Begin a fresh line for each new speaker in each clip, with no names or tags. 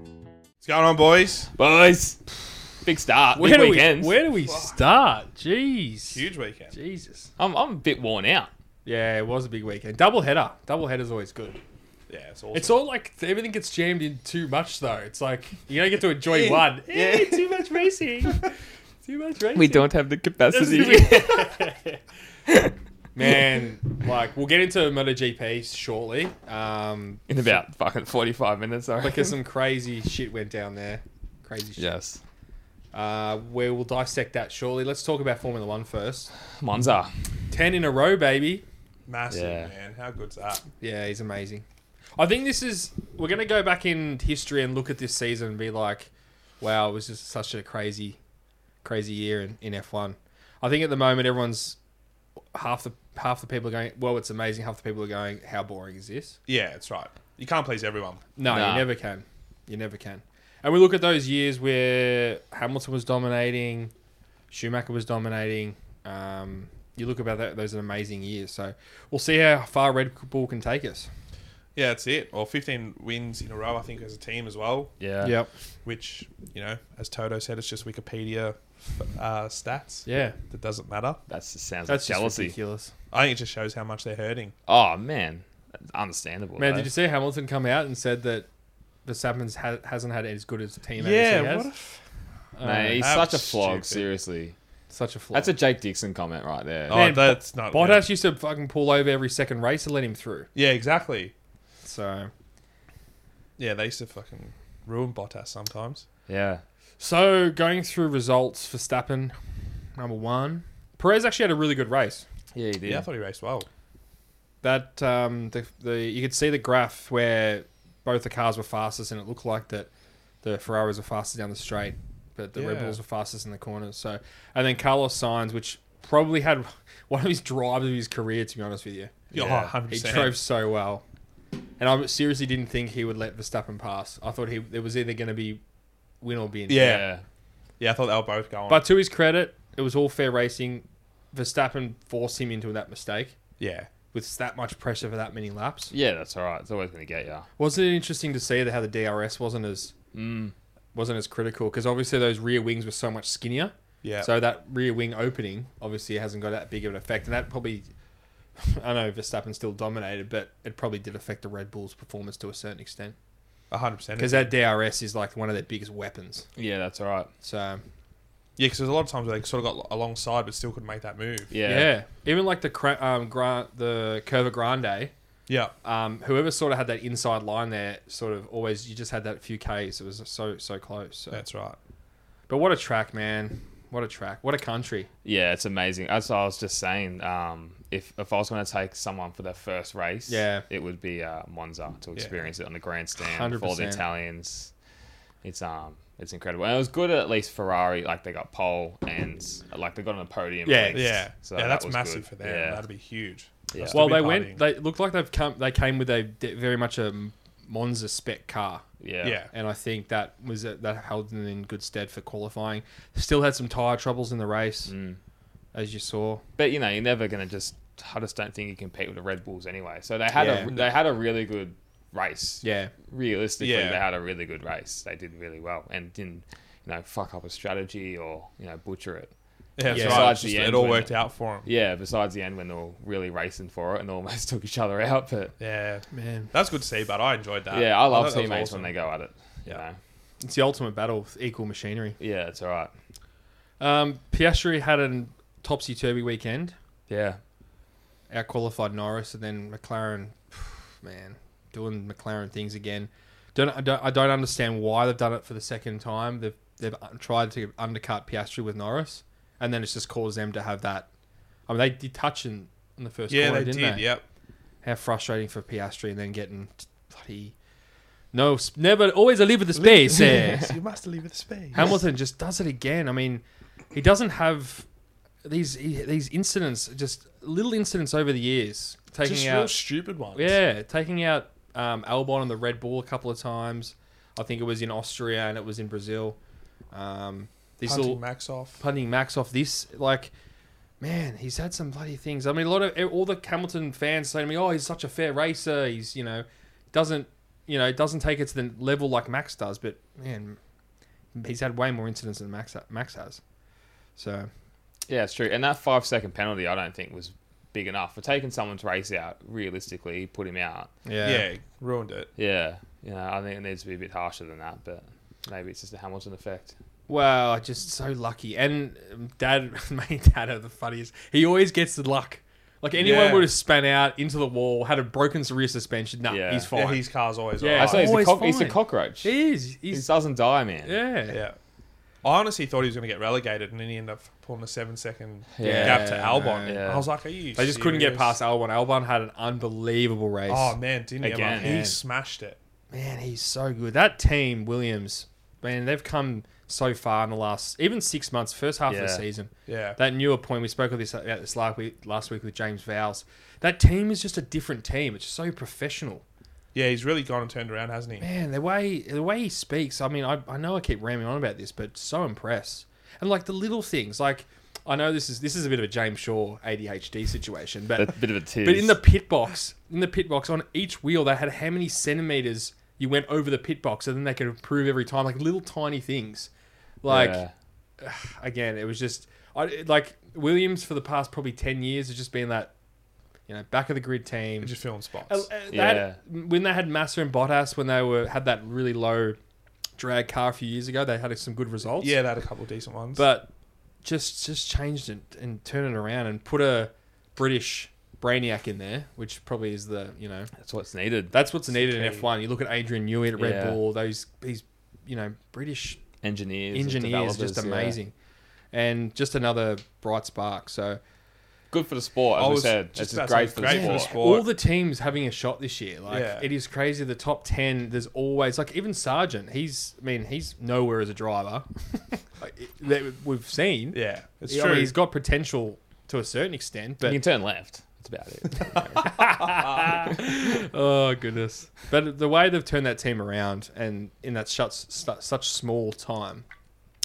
What's going on, boys?
Boys, big start.
Where
Big
do
weekends.
we? Where do we start? Jeez,
Huge weekend.
Jesus.
I'm, I'm a bit worn out.
Yeah, it was a big weekend. Double header. Double header's always good.
Yeah, it's awesome.
It's all like everything gets jammed in too much though. It's like you don't get to enjoy one.
Yeah.
Eh, too much racing. too much racing.
We don't have the capacity.
Man, like we'll get into MotoGP shortly. Um,
In about fucking 45 minutes, I reckon.
because some crazy shit went down there. Crazy shit.
Yes.
Uh, where we'll dissect that shortly. Let's talk about Formula One first.
Monza.
Ten in a row, baby.
massive,
Yeah.
man. How good's that?
Yeah, he's amazing. I think this is we're gonna go back in history and look at this season and be like, wow, it was just such a crazy, crazy year in, in F one. I think at the moment everyone's half the half the people are going, well, it's amazing. Half the people are going, how boring is this?
Yeah, it's right. You can't please everyone.
No,
Nah.
you never can. You never can. And we look at those years where Hamilton was dominating, Schumacher was dominating. Um, you look about that; those are amazing years. So we'll see how far Red Bull can take us.
Yeah, that's it. Or 15 wins in a row, I think, as a team as well,
Yeah.
Yep.
which, you know, as Toto said, it's just Wikipedia uh, stats.
Yeah.
That doesn't matter.
That just sounds
That's
like
just
jealousy.
ridiculous.
I think it just shows how much they're hurting.
Oh, man. That's understandable.
Man,
though.
did you see Hamilton come out and said that Verstappen ha- hasn't had as good as a team as he
Yeah,
has?
what a
Uh,
Man, he's
That
such a
was
flog,
stupid.
seriously.
such a flaw.
That's a Jake Dixon comment right there.
Oh,
Man,
that's not. good.
Bottas used to fucking pull over every second race to let him through.
Yeah, exactly.
So,
Yeah, they used to fucking ruin Bottas sometimes.
Yeah.
so going through results for Stappen, number one, Perez actually had a really good race.
Yeah, he did.
Yeah, I thought he raced well.
That um, the, the you could see the graph where both the cars were fastest, and it looked like that the Ferraris were fastest down the straight, but the Red
Yeah.
Bulls were fastest in the corners. So, and then Carlos Sainz, which probably had one of his drives of his career, to be honest with you.
Yeah,
Yeah.
100%.
He drove so well, and I seriously didn't think he would let Verstappen pass. I thought he it was either going to be win or bin.
Yeah. Yeah, I thought they were both going.
But to his credit, it was all fair racing. Verstappen forced him into that mistake
yeah.
with that much pressure for that many laps.
Yeah, that's all right. It's always going to get you.
Wasn't it interesting to see that how the DRS wasn't as
Mm.
wasn't as critical because obviously those rear wings were so much skinnier.
Yeah.
So that rear wing opening obviously hasn't got that big of an effect, and that probably I know Verstappen still dominated, but it probably did affect the Red Bull's performance to a certain extent
100%.
because that DRS is like one of their biggest weapons.
Yeah, that's all right.
So
Yeah, because there's a lot of times where they sort of got alongside but still couldn't make that move.
Yeah.
yeah, even like the cra- um, gra- the Curva Grande.
Yeah.
Um, whoever sort of had that inside line there, sort of always you just had that few k's. It was so so close. So.
That's right.
But what a track, man! What a track! What a country!
Yeah, it's amazing. As I was just saying, um, if if I was going to take someone for their first race,
Yeah.
it would be uh, Monza to experience it on the grandstand for all the
100%.
Italians. It's um, it's incredible, and it was good. At at least Ferrari, like they got pole and like they got on the podium. at
Yeah,
least.
Yeah.
So
yeah,
that
that's
was
massive
good.
for them.
Yeah.
That'd be huge.
Yeah.
They'll still
Well,
be
they went.
partying.
They looked like they've come. They came with a de- very much a Monza spec car,
yeah,
yeah.
and I think that was uh, that held them in good stead for qualifying. Still had some tire troubles in the race,
Mm.
as you saw.
But you know, you're never going to just. I just don't think you compete with the Red Bulls anyway. So they had
Yeah.
a they had a really good race.
Yeah,
realistically
Yeah.
they had a really good race. They did really well and didn't, you know, fuck up a strategy or, you know, butcher it.
Yeah, that's
Yeah.
right.
Besides
It's just
the
that it
end
all
when-
worked out for them.
Yeah, besides the end when they were really racing for it and almost took each other out. But
Yeah.
man,
That's good to see, but Uh, I enjoyed that.
yeah, I love
thought that was
teammates
awesome.
when they go at it. You
Yeah.
know?
it's the ultimate battle of equal machinery.
Yeah, it's all right.
Um, Piastri had a topsy turvy weekend.
Yeah.
Out qualified Norris, and then McLaren. Man, doing McLaren things again. Don't I don't, I don't understand why they've done it for the second time. They've they've tried to undercut Piastri with Norris, and then it's just caused them to have that. I mean, they did touch in, in the first
Yeah,
corner,
they did.
didn't they?
Yep.
How frustrating for Piastri, and then getting t- bloody no, sp- never, always a leave with the space. eh?
you must leave with the space.
Hamilton just does it again. I mean, he doesn't have these he- these incidents, just little incidents over the years, taking
Just
out
real stupid ones.
yeah, taking out um, Albon on the Red Bull a couple of times. I think it was in Austria and it was in Brazil. Um, these
Punting
little
Max off.
punting Max off this like. Man, he's had some bloody things. I mean, a lot of all the Hamilton fans say to me, "Oh, he's such a fair racer. He's you know doesn't you know, doesn't take it to the level like Max does, but man, he's had way more incidents than Max Max has. So
Yeah, it's true. And that five second penalty, I don't think was big enough for taking someone's race out. Realistically, he put him out.
Yeah,
yeah,
ruined it.
Yeah, you know, I think it needs to be a bit harsher than that, but maybe it's just a Hamilton effect.
Wow, just so lucky. And um, dad, my dad are the funniest. He always gets the luck. Like anyone
Yeah.
would have span out into the wall, had a broken rear suspension. Nah,
Yeah.
he's fine.
Yeah, his car's always
Yeah,
I
alright.
say he's, a
always
cock- he's a
fine.
cockroach. He
he is. He's,
doesn't die, man.
yeah.
Yeah. I honestly thought he was going to get relegated, and then he ended up pulling a seven second
Yeah.
gap to Albon.
Yeah.
I was like, "Are you?"
They just couldn't get
serious?
past Albon. Albon had an unbelievable race.
Oh man, didn't he?
Again.
Like, he
Man.
smashed it.
Man, he's so good. That team, Williams, man, they've come so far in the last even six months, first half of the
Yeah.
season.
Yeah,
That newer point we spoke of this about this last week, last week with James Vowles. That team is just a different team. It's so professional.
yeah. He's really gone and turned around, hasn't he?
Man, the way the way he speaks, I mean, I, I know I keep ramming on about this, but so impressed. And like the little things, like I know this is this is a bit of a James Shaw ADHD situation,
A
but
bit of a tease.
but in the pit box, in the pit box on each wheel, they had how many centimeters you went over the pit box, and then they could improve every time, like little tiny things. Like
Yeah.
again, it was just I like Williams for the past probably ten years has just been that you know back of the grid team.
Just filling spots.
Uh, uh, they had-
Yeah.
when they had Massa and Bottas, when they were had that really low drag car a few years ago, they had some good results.
yeah, they had a couple of decent ones.
but just just changed it and turned it around and put a British brainiac in there, which probably is the you know
that's what's needed.
that's what's needed in
Okay.
F one. You look at Adrian Newey at Red
Yeah.
Bull, those these you know British
Engineers, and
engineers just
developers, yeah.
amazing, and just another bright spark. So
Good for the sport, as
I
we
was
said.
just
It's
about
just
to
great
say,
for
great
the
for the
sport.
sport.
all the teams having a shot this year. Like
Yeah.
it is crazy. The top ten, there's always like even Sargent. He's I mean he's nowhere as a driver. Like, it- that we've seen.
yeah, it's
I mean,
true.
he's got potential to a certain extent,
You
but
can turn left. That's about it.
oh goodness! But the way they've turned that team around, and in that such such small time,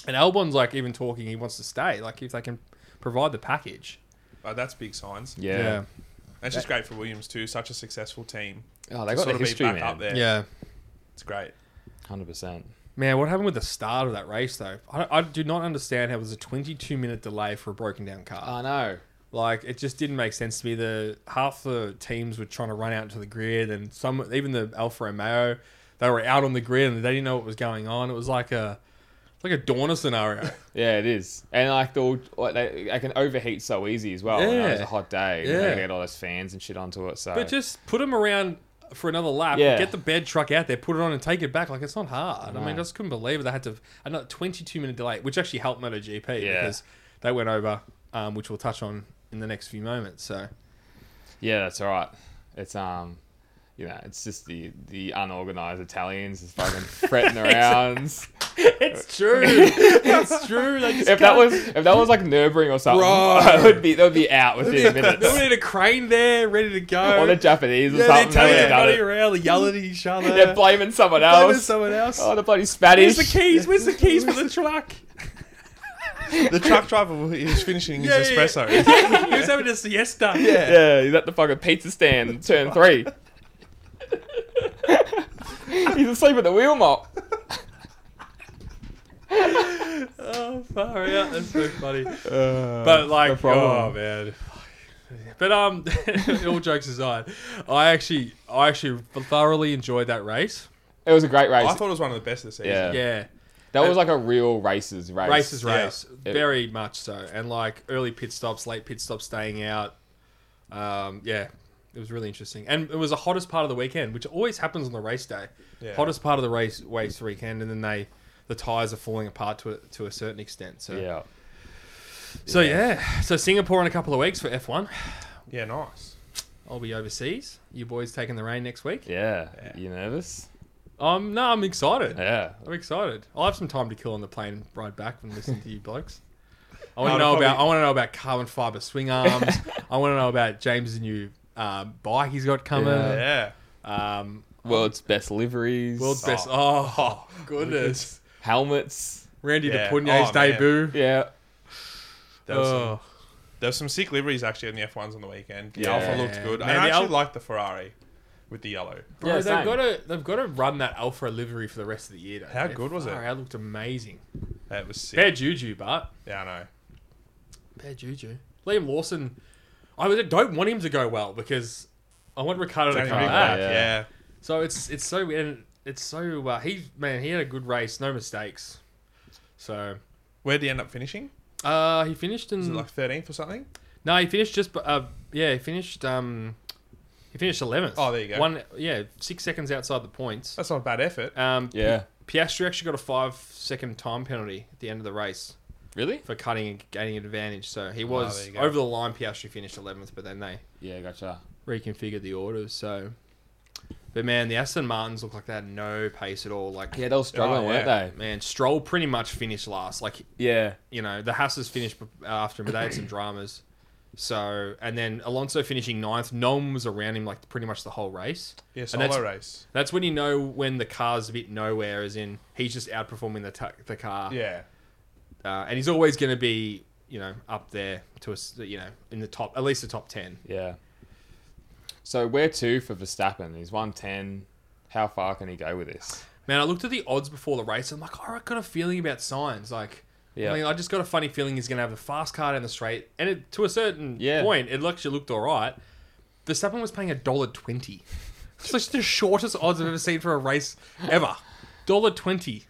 and Albon's like even talking, he wants to stay. Like if they can provide the package,
Oh, that's big signs.
Yeah.
That's just great for Williams too. Such a successful team.
Oh, they
To
got the
sort of be
history,
back up
man.
there.
yeah. yeah.
It's great.
Hundred percent.
Man, what happened with the start of that race though? I, I do not understand how it was a 22 minute delay for a broken down car.
I know.
Like it just didn't make sense to me. The half the teams were trying to run out into the grid, and some even the Alfa Romeo, they were out on the grid and they didn't know what was going on. It was like a like a Dorna scenario.
Yeah, it is, and like the like they, they can overheat so easy as well. Yeah,
Yeah.
it's a hot day. Yeah,
Yeah.
they get all those fans and shit onto it. So
but just put them around for another lap.
Yeah.
Get the bed truck out there, put it on, and take it back. Like it's not hard. I mean, I
No.
just couldn't believe it. They had to another 22 minute delay, which actually helped MotoGP
Yeah.
because they went over, um, which we'll touch on in the next few moments. So
yeah, that's all right. It's um, you know, it's just the the unorganized Italians is fucking fretting around.
it's true. it's true. They just
If that was if that was like Nürburgring or something,
Bro.
I would be that would be out within minutes.
they need a crane there, ready to go.
or the Japanese or
yeah, they're
something.
telling
they
everybody around, they're yelling at each other.
They're blaming someone
blaming
else.
someone else.
Oh, the bloody Spanish.
Where's the keys? Where's the keys for the truck?
The truck driver is finishing
Yeah,
his
yeah,
espresso.
he was having a siesta. Yeah.
Yeah, he's at the fucking pizza stand, turn three. he's asleep at the wheel mop.
Oh, far out. That's so funny.
Uh,
But like, oh
problem.
man. But um, all jokes aside, I actually, I actually thoroughly enjoyed that race.
It was a great race.
I thought it was one of the best of the season.
Yeah.
Yeah,
that was like a real races race.
races, race,
Yeah.
very much so. And like early pit stops, late pit stops, staying out. Um, yeah, it was really interesting, and it was the hottest part of the weekend, which always happens on the race day.
Yeah.
Hottest part of the race, race weekend, and then they, the tires are falling apart to a, to a certain extent. So,
Yeah.
so yeah, so Singapore in a couple of weeks for F one.
Yeah, nice.
I'll be overseas. You boys taking the rain next week?
Yeah.
Yeah.
You nervous?
Um, no, I'm excited.
Yeah.
I'm excited. I'll have some time to kill on the plane ride back and listen to you blokes. I want
No,
to know
probably-
about. I want to know about carbon fiber swing arms. I want to know about James's new um, bike he's got coming.
Yeah.
Yeah.
Um,
World's best liveries.
world's
Oh.
best. Oh goodness,
helmets.
Randy
Yeah.
Depugnet's
Oh, man.
debut.
Yeah.
There was, some,
Oh.
there was some sick liveries actually in the F1s on the weekend. The
Yeah.
Alpha looked good.
Man,
and I
the
actually
Al-
liked the Ferrari. with the yellow.
Bro,
Yeah,
they've
same.
got to they've got to run that Alfa livery for the rest of the year. don't
How
they?
good was it?
Far out, looked amazing.
That was sick.
Fair juju, but
Yeah, I know.
fair juju. Liam Lawson, I was- don't want him to go well because I want Ricardo to
Don't
come
even
back.
back,
yeah.
Yeah.
So it's it's so and it's so uh, he man he had a good race, no mistakes. So
Where'd he end up finishing?
uh, he finished
Was it
in
like 13th or something?
no he finished just uh, yeah he finished um he finished eleventh.
Oh, there you go.
One yeah six seconds outside the points.
That's not a bad effort.
Um,
Yeah.
Piastri actually got a five second time penalty at the end of the race
Really?
for cutting and gaining an advantage. So he was
Oh, there you go.
over the line. Piastri finished 11th, but then they
Yeah, gotcha.
reconfigured the orders. So, but man, the Aston Martins looked like they had no pace at all. Like,
Yeah, they were struggling,
Oh,
weren't
yeah.
they?
man, Stroll pretty much finished last. Like,
Yeah.
you know, the Hasses finished bef- after him, but they had some dramas. So, and then Alonso finishing ninth. No one was around him like pretty much the whole race.
Yeah,
And that's-
solo race.
That's when you know when the car's a bit nowhere, as in he's just outperforming the, ta the car.
Yeah.
uh, and he's always going to be you know up there to us you know in the top at least the top 10
Yeah. So where to for Verstappen? He's one ten. How far can he go with this?
man i looked at the odds before the race i'm like oh, i got a feeling about signs like
Yeah.
I, mean, I just got a funny feeling he's going to have the fast car down the straight and it, to a certain
Yeah.
point it actually looked all right Verstappen was paying a dollar twenty it's like the shortest odds i've ever seen for a race ever dollar twenty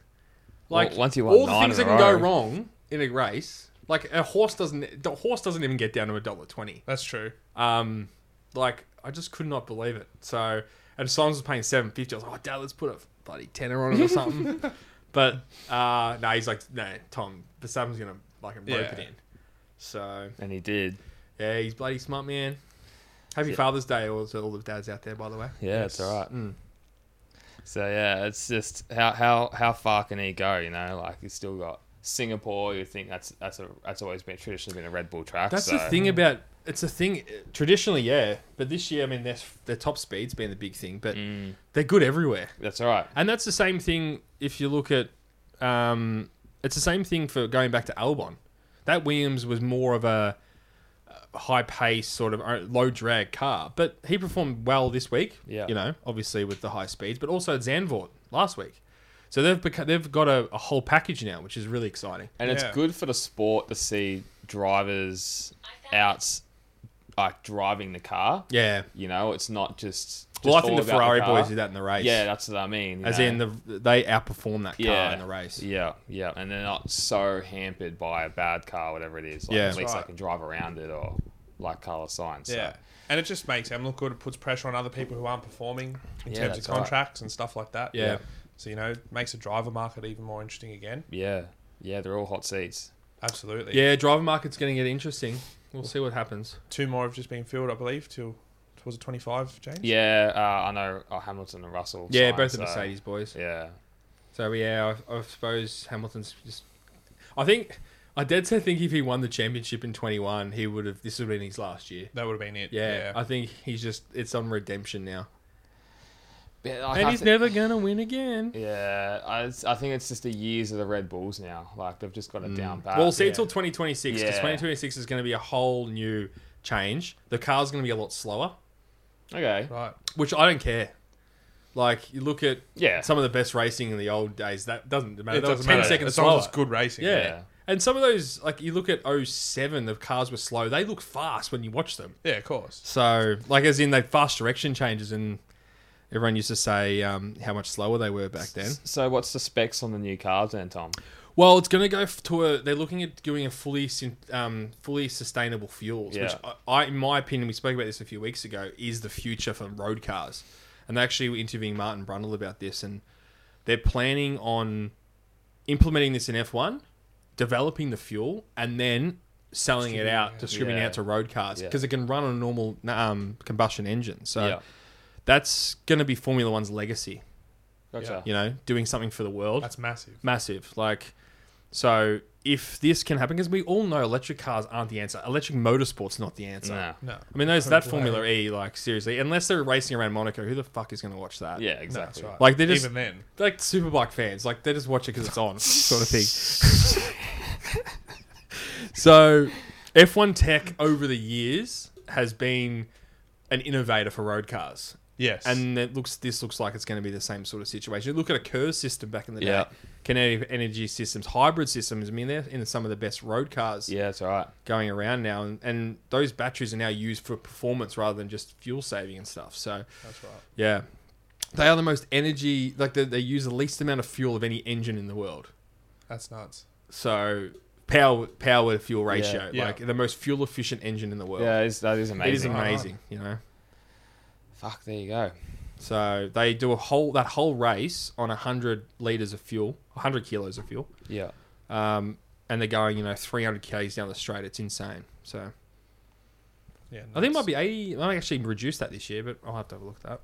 like
Well, once you won
all the
nine
things
in
that
a
can go
row.
wrong in a race like a horse doesn't the horse doesn't even get down to a dollar twenty
That's true.
Um, like I just could not believe it. So and Songs was paying seven fifty. I was like, oh, Dad, let's put a bloody tenner on it or something. but uh, no, he's like, no, Tom, the Sam's gonna like rope
Yeah.
it in. So
And he did.
yeah, he's bloody smart man. Happy
Yeah.
Father's Day all to all the dads out there, by the way.
Yeah,
Yes.
it's all right.
Mm.
Hmm. So yeah, it's just how how how far can he go? You know, like he's still got Singapore. You think that's that's a that's always been traditionally been a Red Bull track.
That's
so.
the thing about it's a thing traditionally, yeah. But this year, I mean, their their top speed's been the big thing, but
Mm,
they're good everywhere.
that's all right.
And that's the same thing if you look at um, it's the same thing for going back to Albon. That Williams was more of a uh, high pace sort of uh, low drag car, but he performed well this week.
Yeah.
you know, obviously with the high speeds, but also Zandvoort last week. So they've beca- they've got a, a whole package now, which is really exciting.
And it's
Yeah.
good for the sport to see drivers out, like driving the car.
Yeah,
You know, it's not just.
well, I
just
think
all
the
about
Ferrari
car.
boys did that in the race.
Yeah, that's what I mean. you
as
know.
in the they outperformed that car in the race.
Yeah, yeah, and they're not so hampered by a bad car, whatever it is. Like,
Yeah.
at least
Right.
they can drive around it, or like Carlos Sainz. so-
Yeah. And it just makes them look good. It puts pressure on other people who aren't performing in terms
Yeah,
of
that's right.
contracts and stuff like that.
Yeah.
So, you know, it makes the driver market even more interesting again.
yeah, yeah, they're all hot seats.
Absolutely.
Yeah, driver market's going to get interesting. We'll see what happens.
Two more have just been filled, I believe, till was it 25, James?
Yeah, uh, I know uh, Hamilton and Russell.
Yeah,
signed,
both the
so-
Mercedes boys.
Yeah,
So yeah, I, I suppose Hamilton's just. I think I did say think if he won the championship in twenty one, he would have. This would have been his last year.
That would have been it.
Yeah, I think he's just it's on redemption now,
yeah like,
and
I
he's
thi-
never gonna win again.
Yeah, I, it's- I think it's just the years of the Red Bulls now. Like they've just got it down pat.
Mm. Well, see
yeah.
till twenty twenty six because
Yeah.
twenty twenty six is going to be a whole new change. The car's going to be a lot slower,
okay,
Right.
which I don't care. Like you look at
yeah,
some of the best racing in the old days, that doesn't matter.
It
that was
doesn't
ten
matter.
seconds
As long
slower.
as it's good racing.
Yeah.
Yeah.
And some of those, like you look at 07, the cars were slow. They look fast when you watch them.
Yeah, of course.
So, like, as in they fast direction changes, and everyone used to say um, how much slower they were back then.
So what's the specs on the new cars then, Tom?
Well, it's going to go f- to a. They're looking at doing a fully, syn- um, fully sustainable fuels, which
Yeah.
I, I, in my opinion, we spoke about this a few weeks ago, is the future for road cars. And they actually were interviewing Martin Brundle about this, and they're planning on implementing this in F1, developing the fuel, and then selling it out, distributing it
Yeah.
out to road cars
Yeah.
because it can run on a normal um, combustion engine. So
yeah,
that's going to be Formula One's legacy.
gotcha.
You know, doing something for the world
That's massive.
massive. Like, so if this can happen, because we all know electric cars aren't the answer. Electric motorsport's not the answer.
Nah.
No.
I mean, those that
Right.
Formula E, like seriously, unless they're racing around Monaco, who the fuck is going to watch that?
Yeah,
No, that's
exactly.
right.
Like, they just-
even then.
like superbike fans, like they just watch it because it's on, sort of thing. so, F1 tech over the years has been an innovator for road cars.
Yes.
And it looks this looks like it's going to be the same sort of situation. Look at a Kerr system back in the
Yeah.
day. Kinetic energy systems, hybrid systems. I mean, they're in some of the best road cars
Yeah, that's right.
going around now, and, and those batteries are now used for performance rather than just fuel saving and stuff. So
that's right.
yeah, they are the most energy like they, they use the least amount of fuel of any engine in the world.
That's nuts.
So power power to fuel ratio,
Yeah.
like the most fuel efficient engine in the world.
Yeah, it's, that is amazing.
it is
amazing.
amazing, you know.
Fuck, there you go.
So they do a whole that whole race on hundred liters of fuel, hundred kilos of fuel,
Yeah.
um, and they're going you know three hundred k's down the straight. It's insane. So
Yeah. Nuts.
I think it might be eighty. I might actually reduce that this year, but I'll have to have a look at that.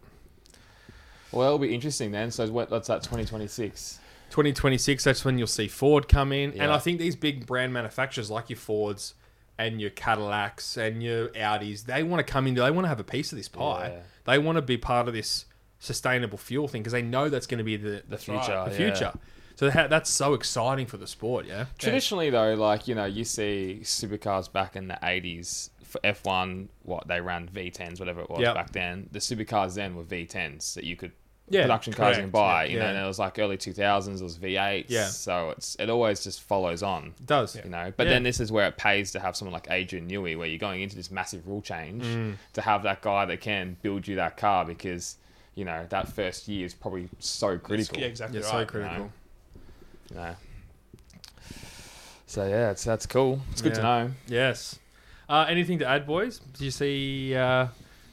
Well, that'll be interesting then. So what, that's that 2026.
2026, that's when you'll see Ford come in. And
Yeah.
I think these big brand manufacturers like your Fords and your Cadillacs and your Audis, they want to come in, they want to have a piece of this pie.
Yeah.
They want to be part of this sustainable fuel thing because they know that's going to be the, the
future,
future. The
yeah.
future. Oh, So that, that's so exciting for the sport, yeah?
Traditionally, though, like, you know, you see supercars back in the 80s for F1, what they ran V10s, whatever it was
Yep.
back then. The supercars then were V10s that you could,
Yeah,
production cars you can
correct,
buy.
yeah,
You know,
yeah.
and it was like early 2000s, it was V8s.
Yeah.
So it's it always just follows on.
It does.
You know, but
Yeah.
then this is where it pays to have someone like Adrian Newey, where you're going into this massive rule change to have that guy that can build you that car because you know that first year is probably so critical.
Yeah, exactly
Yeah, so
right.
critical.
know. you know. So yeah, it's that's cool. It's good to know.
Yes. Uh, anything to add, boys? Do you see. Uh,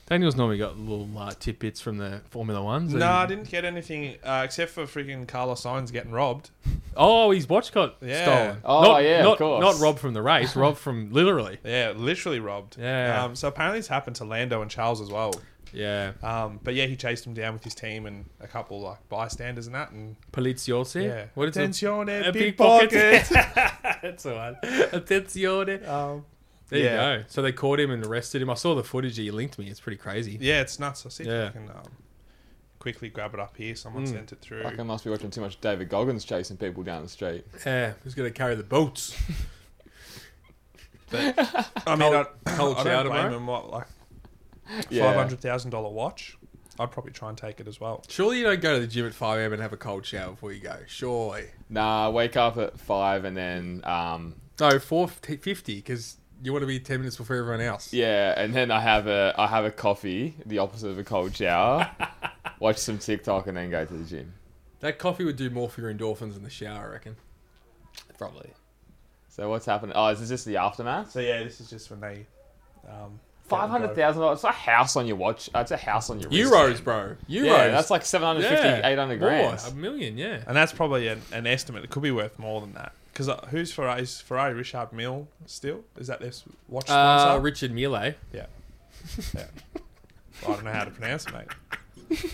Daniel's normally got little uh, tidbits from the Formula Ones.
No,
and-
I didn't get anything uh, except for freaking Carlos Sainz getting robbed.
Oh, his watch got
Yeah.
stolen.
Oh,
not,
yeah, of
not,
course.
Not robbed from the race, robbed from literally.
Yeah, literally robbed.
Yeah.
Um, so apparently it's happened to Lando and Charles as well.
Yeah.
Um, but yeah, he chased him down with his team and a couple like bystanders and that. And
Poliziotti.
yeah,
What is it?
attention, eh,
A
big,
big
pocket.
That's the one. Attenzione.
um,
There
Yeah.
you go. So they caught him and arrested him. I saw the footage he linked me. It's pretty crazy.
yeah, it's nuts. I see
Yeah.
if I can um, quickly grab it up here. Someone
Mm.
sent it through.
Like I must be watching too much David Goggins chasing people down the street.
Yeah. Who's going to carry the boats?
I mean, I,
Cole
I don't
Chowder,
blame
bro.
him. What like
Yeah.
five hundred thousand dollar watch? I'd probably try and take it as well.
Surely you don't go to the gym at 5 a.m. and have a cold shower before you go. Surely.
Nah, wake up at five and then um
No, 4.50 because you want to be 10 minutes before everyone else.
yeah, and then I have a I have a coffee, the opposite of a cold shower. watch some TikTok and then go to the gym.
That coffee would do more for your endorphins in the shower, I reckon.
Probably. So what's happening? Oh, is this just the aftermath?
So yeah, this is just when they. Um,
Five hundred thousand dollars. It's a house on your watch. Uh, It's a house on your wrist,
Euros,
man.
bro. Euros.
Yeah, that's like 750,
Yeah.
800
More,
grand.
a million, yeah.
And that's probably an, an estimate. It could be worth more than that. Because uh, who's Ferrari's Ferrari Richard Mill still? Is that their s- watch
Uh,
sponsor?
Richard Mille.
yeah. yeah. I don't know how to pronounce it, mate.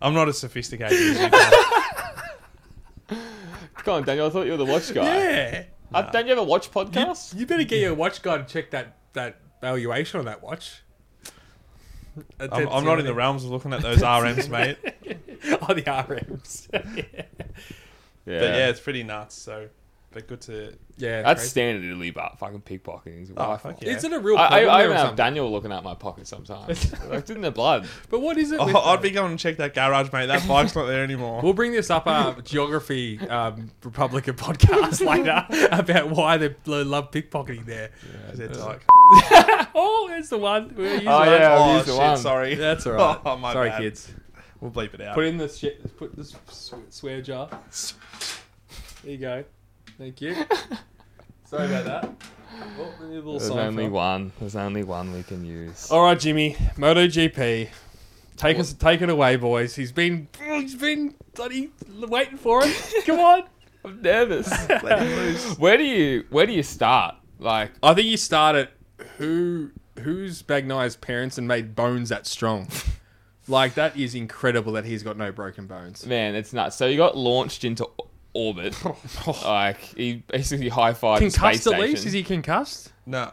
I'm not as sophisticated as you guys.
Come on, Daniel. I thought you were the watch guy.
Yeah.
Uh, don't you have a watch
You,
podcast?
you better get your watch guy to check that, that valuation on that watch.
I'm, I'm not in the realms of looking at those RMs, mate.
oh, the RMs. yeah.
Yeah.
But yeah, it's pretty nuts. So, but good to.
yeah.
That's standard in Italy, but fucking pickpocketing is a
Oh,
wife.
fuck yeah.
Is it a real
I, I,
problem
I
there or
even have
something?
Daniel looking at my pocket sometimes. like, it's in the blood.
But what is it? with
Oh, I'd
that?
be going to check that garage, mate. That bike's not there anymore.
We'll bring this up our geography um, Republican podcast later about why they lo- love pickpocketing there.
It's like,
Oh, there's the one. We're using
Oh,
that.
yeah, I've
oh
used the
shit,
one.
sorry.
That's all right.
Oh, my
Sorry,
bad.
kids.
We'll bleep it out.
Put in the shit. Put this swear jar. There you go. Thank you. Sorry about that. Oh, we need a little
There's
sign Oh,
only
for-
one. There's only one we can use.
All right, Jimmy. MotoGP. Take us, take it away, boys. He's been, he's been bloody waiting for it. Come on.
I'm nervous.
Let him loose.
where do you Where do you start? Like,
I think you start at who, who's Bagnai's parents and made bones that strong. Like that is incredible that he's got no broken bones.
man, it's nuts. So you got launched into o- orbit. like, he basically high fived space
Concussed
station.
at least? Is he concussed?
No.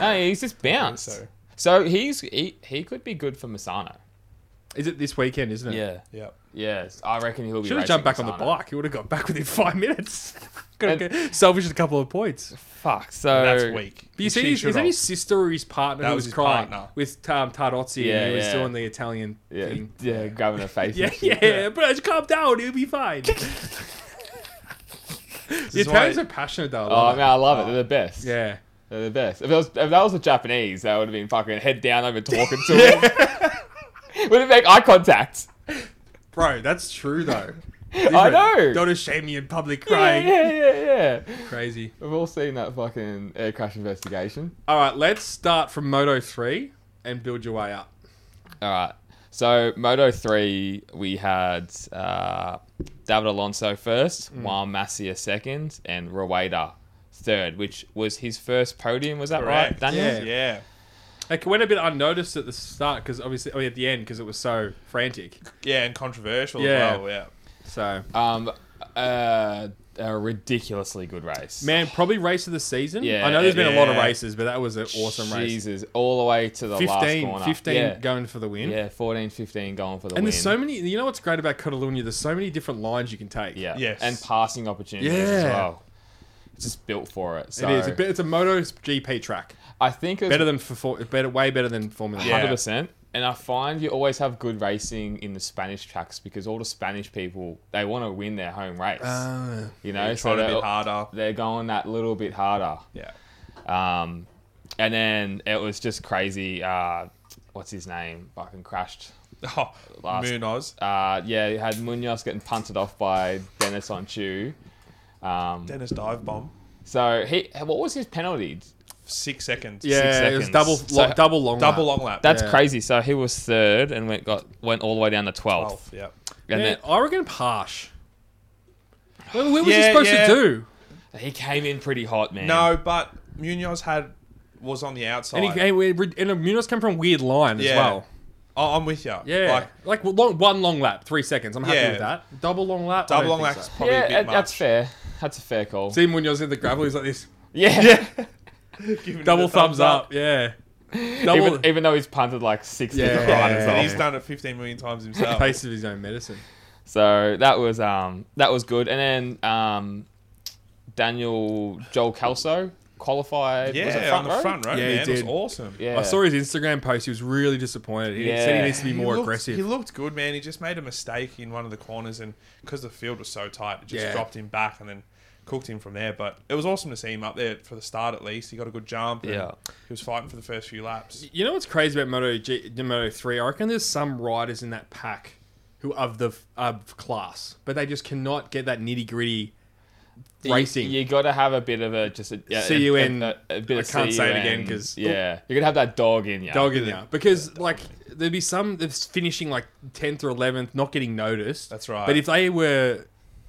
No, he's just bounced.
so.
So he's he, he could be good for Masano.
Is it this weekend? Isn't it?
Yeah,
Yeah.
yes, I reckon he'll be.
Should have
racing
jumped back on the
Asano.
bike. He would have got back within five minutes. Could have salvaged a couple of points.
Fuck. So
that's weak.
But you
She
see, his,
should
is that
have-
his sister or his partner
That
who
was
was,
his
crying
partner.
with um, Tardozzi
Yeah,
and he was
yeah.
doing the Italian
Yeah,
thing?
yeah, grabbing her face.
Yeah,
and shit.
yeah, yeah. bro, just calm down. He'll be fine. the
is
Italians
why-
are passionate though. I
Oh
love
man,
it.
I love it. They're the best.
Yeah.
They're the best. If that was if that was a Japanese, that would have been fucking head down over talking to him. Wouldn't make eye contact.
Bro, that's true though.
I know.
Don't shame me in public
yeah,
crying.
yeah, yeah, yeah.
Crazy.
We've all seen that fucking air crash investigation.
All right, let's start from Moto 3 and build your way up.
All right. So Moto three, we had uh, David Alonso first,
Mm.
Juan Masia second, and Rueda third, which was his first podium. Was that right,
Correct.
Daniel?
Yeah.
Yeah.
Like, it went a bit unnoticed at the start because obviously, I mean, at the end because it was so frantic.
Yeah, and controversial
Yeah.
as well. Yeah.
So,
Um, uh, a ridiculously good race.
man, probably race of the season.
Yeah,
I know there's been a lot of
yeah.
races, but that was an awesome race.
Jesus, all the way to the last
15,
corner.
15
yeah.
going for the win.
yeah, 14, 15 going for the win.
And there's so many, you know what's great about Catalunya? There's so many different lines you can take.
yeah,
Yes.
and passing opportunities as
Yeah.
well. It's just built for it. So
It is. A bit, it's a Moto GP track.
I think it's
Better than for, for better, way better than Formula.
Yeah.
One.
hundred percent. And I find you always have good racing in the Spanish tracks because all the Spanish people they want to win their home race.
Ah.
Uh,
you know,
yeah
so
trying a
they're,
bit harder.
they're going that little bit harder.
Yeah.
Um, and then it was just crazy. Uh, what's his name? Fucking crashed.
Oh,
Last-
Munoz.
Uh, yeah, you had Munoz getting punted off by Dennis on Chew. Um,
Dennis dive bomb.
so he, what was his penalty?
Six seconds.
Yeah, it was
seconds.
double,
So-
lo- double long.
Double
lap.
long lap.
That's
Yeah.
crazy. So he was third and went got went all the way down to twelfth.
12th, yeah.
And
Man,
then
I reckon harsh. Where, where was he
Yeah,
supposed
yeah.
to do?
He came in pretty hot, man.
No, but Munoz had was on the outside.
And, he, and, we, and Munoz came from a weird line as
Yeah.
well.
I- I'm with you.
Yeah,
Like,
like, well long, one long lap, three seconds. I'm happy
Yeah.
with that. Double long lap. I
double
don't
long
think
lap's
So.
probably
yeah,
a bit
that-
much.
that's fair. That's a fair call.
See Munoz in the gravel. He's like this.
yeah, yeah.
Giving it
Double
a
thumbs, up. Yeah. Double
even, even though he's punted like six
Yeah.
different
Yeah.
riders
And
off.
he's done it 15 million times himself.
taste of his own medicine.
So that was um that was good. And then um Daniel Joel Calso qualified. was it
Yeah,
front
on the
row?
front row,
Yeah, he
man. It was
did.
awesome.
Yeah,
I saw his Instagram post. He was really disappointed. He said
Yeah.
he needs to be
He
more
looked-
aggressive.
He looked good, man. He just made a mistake in one of the corners, and because the field was so tight, it just
Yeah.
dropped him back and then cooked him from there. But it was awesome to see him up there for the start, at least. He got a good jump. and
Yeah.
he was fighting for the first few laps.
You know what's crazy about Moto G, the Moto Three? I reckon there's some riders in that pack who are of the of class, but they just cannot get that nitty gritty
You-
racing.
You, got to have a bit of a just a yeah,
See you
a-
in-
A, a bit
I
of
can't
see
say
you
it again
in.
'cause-
yeah, you're gonna have that dog in you.
Dog in there because like there'd be some that's finishing like tenth or eleventh, not getting noticed.
That's right.
But if they were,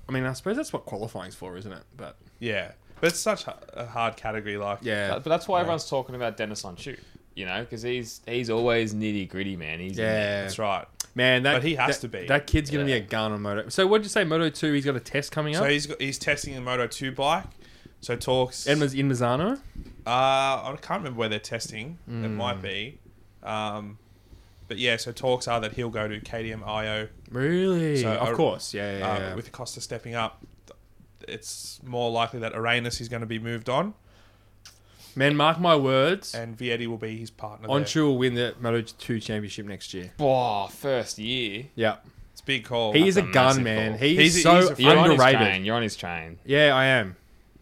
I mean, I suppose that's what qualifying's for, isn't it? But
Yeah, but it's such a a hard category. Like,
yeah,
But that's why everyone's talking about Dennis on shoot. You know, because he's he's always nitty gritty, man. He's
yeah,
that's right.
man. That
But he has
that-
to be.
That kid's gonna
Yeah.
be a gun on Moto. So what'd you say, Moto Two? He's got a test coming
So
up.
he's got, he's testing the Moto Two bike. So talks.
Edmonds in Misano.
Uh, I can't remember where they're testing. It might
Mm.
be. Um, but yeah, so talks are that he'll go to KDM IO
Really?
So,
of
uh,
course, yeah, yeah.
um,
yeah.
with Costa stepping up, it's more likely that Uranus is going to be moved on,
Man, mark my words.
and Vietti will be his partner. there.
Onchu will win the Moto 2 championship next year.
Oh, first year.
Yeah.
It's Oh, a big call.
He is a
a
gun,
massive
man.
call.
He
He's
is
a-
so
he's a
You're on his
underrated.
train. You're on his train.
Yeah, I am.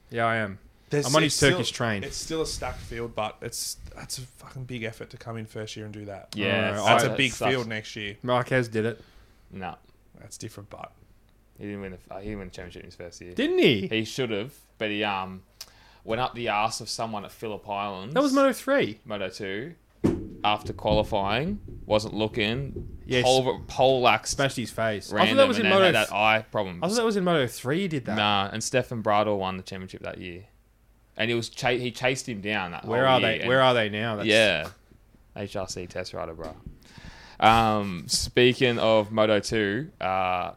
Yeah, I am.
There's-
I'm on his
it's
Turkish
still-
train.
It's still a stacked field, but it's that's a fucking big effort to come in first year and do that.
Yeah,
Alright,
so
that's
that
a big
sucks.
field next year.
Marquez did it.
No,
That's different, but
he didn't win the. uh, He didn't win the championship in his first year.
Didn't he?
He should have, but he um went up the arse of someone at Phillip Islands.
That was Moto 3.
Moto two. After qualifying, wasn't looking.
Yes.
Pole, pole axed.
Smashed his face. I
Random,
thought that was in
and
Moto.
had that eye problem.
I thought that was in Moto 3 he did that.
Nah, and Stefan Bradl won the championship that year, and he was cha- he chased him down that.
Where
whole
are
year,
they?
and-
Where are they now? That's,
oh, Yeah, HRC test rider, bro. Um, speaking of Moto two, uh,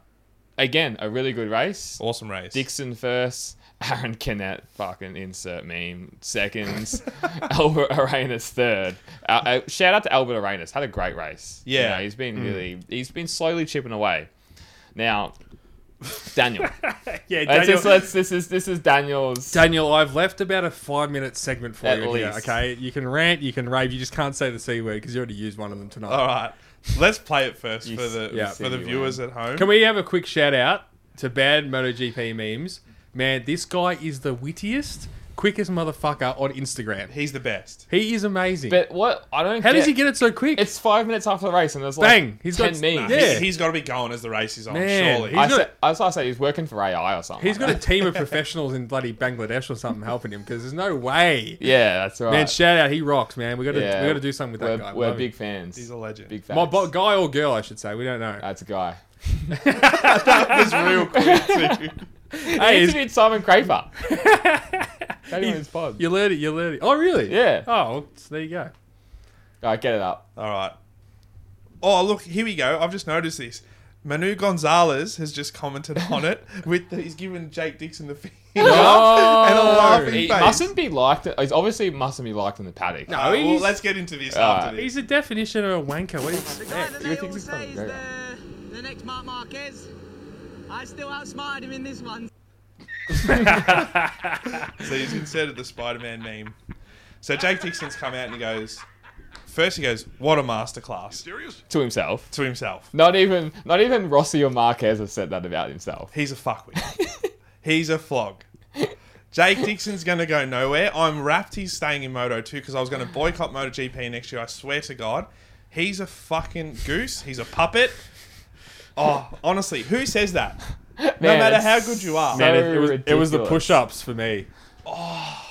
again, a really good race.
Awesome race.
Dixon first, Aaron Kennett, fucking insert meme, seconds, Albert Arenas third. Uh, uh, shout out to Albert Arenas, had a great race.
Yeah.
You know, he's
Mm.
been really, he's been slowly chipping away. Now, Daniel,
yeah,
let's
Daniel,
just, let's, this is this is Daniel's.
Daniel, I've left about a five minute segment for
At
you here,
least.
okay? You can rant, you can rave, you just can't say the C word because you already used one of them tonight.
all right. Let's play it first
You
for the
s-
yeah.
for the
see me
viewers at home.
Can we have a quick shout out to bad MotoGP memes? Man, this guy is the wittiest, quickest motherfucker on Instagram.
He's the best.
He is amazing.
But what? I don't
How
get,
does he get it so quick?
It's five minutes after the race, and there's like
Bang! He's got-
ten memes.
Yeah.
He, has got to be going as the race is on.
Man,
surely.
he's
I,
got-
say, I saw I say he's working for AI or something.
He's
like
got a team of professionals in bloody Bangladesh or something helping him because there's no way.
that. yeah, that's right.
Man, shout out, he rocks, man. We got to
yeah,
we got to do something with
we're,
that guy. We
We're
love him.
big fans.
He's a legend.
Big fans. Uh,
My bo- guy or girl, I should say. We don't know.
That's a guy.
That was real quick. too.
He
hey, he's-
interviewed Simon Craper. Had him on his pod.
you learned it. You learned it. Oh, really?
Yeah.
Oh, well, so there you go.
Alright, get it up.
All right. Oh, look, here we go. I've just noticed this. Manu Gonzalez has just commented on it with the, he's given Jake Dixon the finger
Oh,
and a laughing
Oh, He
face.
mustn't be liked. He's obviously mustn't be liked in the paddock.
No.
All right, well,
he's-
let's get into this
All
after
right.
this.
He's the definition of a wanker. What do you expect?
that
You
they
think
all
he's
say
fucking
is
great,
the, the next Mark Marquez. I still outsmarted him in this one.
So he's inserted the Spider-Man meme. So Jake Dixon's come out and he goes. First, he goes, "What a masterclass!"
To himself.
to himself.
Not even not even Rossi or Marquez have said that about himself.
He's a fuckwit. He's a flog. Jake Dixon's going to go nowhere. I'm wrapped he's staying in Moto 2 because I was going to boycott MotoGP next year. I swear to God. He's a fucking goose. He's a puppet. Oh, honestly, who says that?
Man,
matter
it's
how good you are.
so
Man,
it, was, it was the
ridiculous.
push-ups for me. Oh,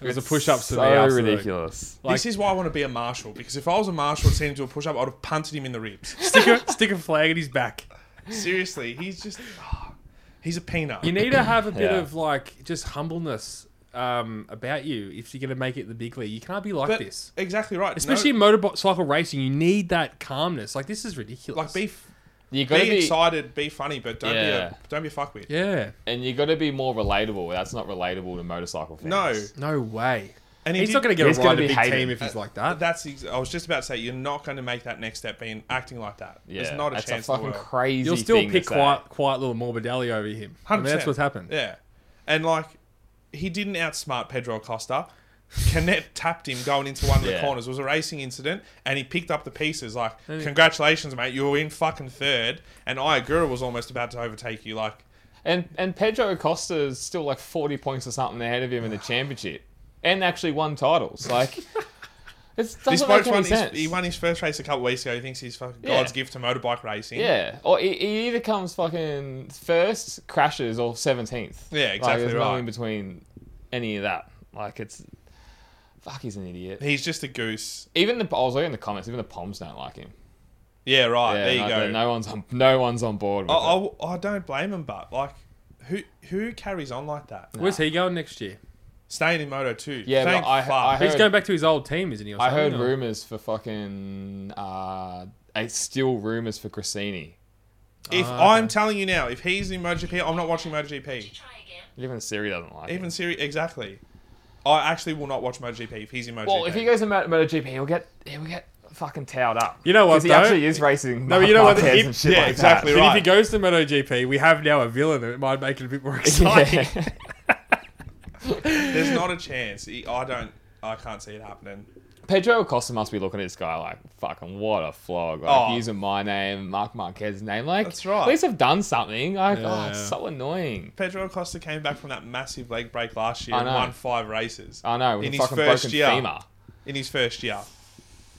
it was the push-ups for me.
So
after the-
ridiculous.
this is why I want to be a marshal because if I was a marshal and seen him do a push up, I'd have punted him in the ribs.
Stick a, stick a flag at his back.
Seriously, he's just. oh, he's a peanut.
You need to have a bit
Yeah.
of like just humbleness um, about you if you're going to make it the big league. You can't be like
But-
this.
Exactly right. No-
Especially in motorcycle racing, you need that calmness. Like this is ridiculous.
like be, f-
You gotta
be
be,
excited, be funny, but don't
Yeah.
be a don't be a fuckwit.
yeah,
and you gotta be more relatable. That's not relatable to motorcycle fans.
No,
no way.
and he
He's
did-
not going to get
He's
a
gonna
ride in
be
a big
hated.
team if he's like
Uh,
that.
That's ex- I was just about to say you're not going to make that next step being acting like that.
Yeah,
There's not a
that's
chance
a
in the
fucking
world.
crazy.
You'll still
thing to
pick
say.
quiet, quiet little Morbidelli over him. I
100%.
mean, that's what's happened.
Yeah, and like he didn't outsmart Pedro Acosta. Canet tapped him going into one of the
Yeah.
corners. It was a racing incident, and he picked up the pieces. Like, congratulations, mate, you were in fucking third, and Iagura was almost about to overtake you. Like,
And and Pedro Acosta's still like forty points or something ahead of him in the championship, and actually won titles. Like, it
this
doesn't make
bloke's
any
won his,
sense.
he won his first race a couple weeks ago. He thinks he's fucking
Yeah.
God's gift to motorbike racing.
Yeah, or he, he either comes fucking first, crashes, or seventeenth.
Yeah,
Like,
exactly
there's no
right.
in between any of that. Like, it's fuck, he's an idiot.
he's just a goose.
Even the I was looking in the comments. Even the Poms don't like him.
Yeah, right.
Yeah,
Uh, there you
no,
go. Oh,
No one's on. No one's on board. With it.
I, I, I don't blame him, but like, who who carries on like that?
Where's he going next year?
Staying in Moto two.
Yeah, but
Thank
I-
fuck.
I heard-
He's going back to his old team, isn't he? or
I heard
something, or-
rumors for fucking. Uh, it's still rumors for Grassini.
if
Ah,
I'm telling you now, if he's in MotoGP, I'm not watching MotoGP.
Even Siri doesn't like.
Even
him.
Siri, exactly. I actually will not watch MotoGP if he's in MotoGP.
well, if he goes to Mo- MotoGP, he'll get he'll get fucking towed up.
You know what,
'Cause he
though?
actually is racing.
No, you know what,
Marquez
if-
and shit
yeah,
like
exactly
But if he
right.
goes to MotoGP, we have now a villain. It might make it a bit more
that.
exciting.
Yeah.
There's not a chance. He, I don't. I can't see it happening.
Pedro Acosta must be looking at this guy like, fucking, what a flog. Like,
Oh.
using my name, Mark Marquez's name. Like,
That's right.
At least I've done something. Like, oh,
Yeah.
it's so annoying.
Pedro Acosta came back from that massive leg break last year
I
and
know.
won five races
I know, with
In
a
his
fucking
first
broken
year.
femur.
in his first year.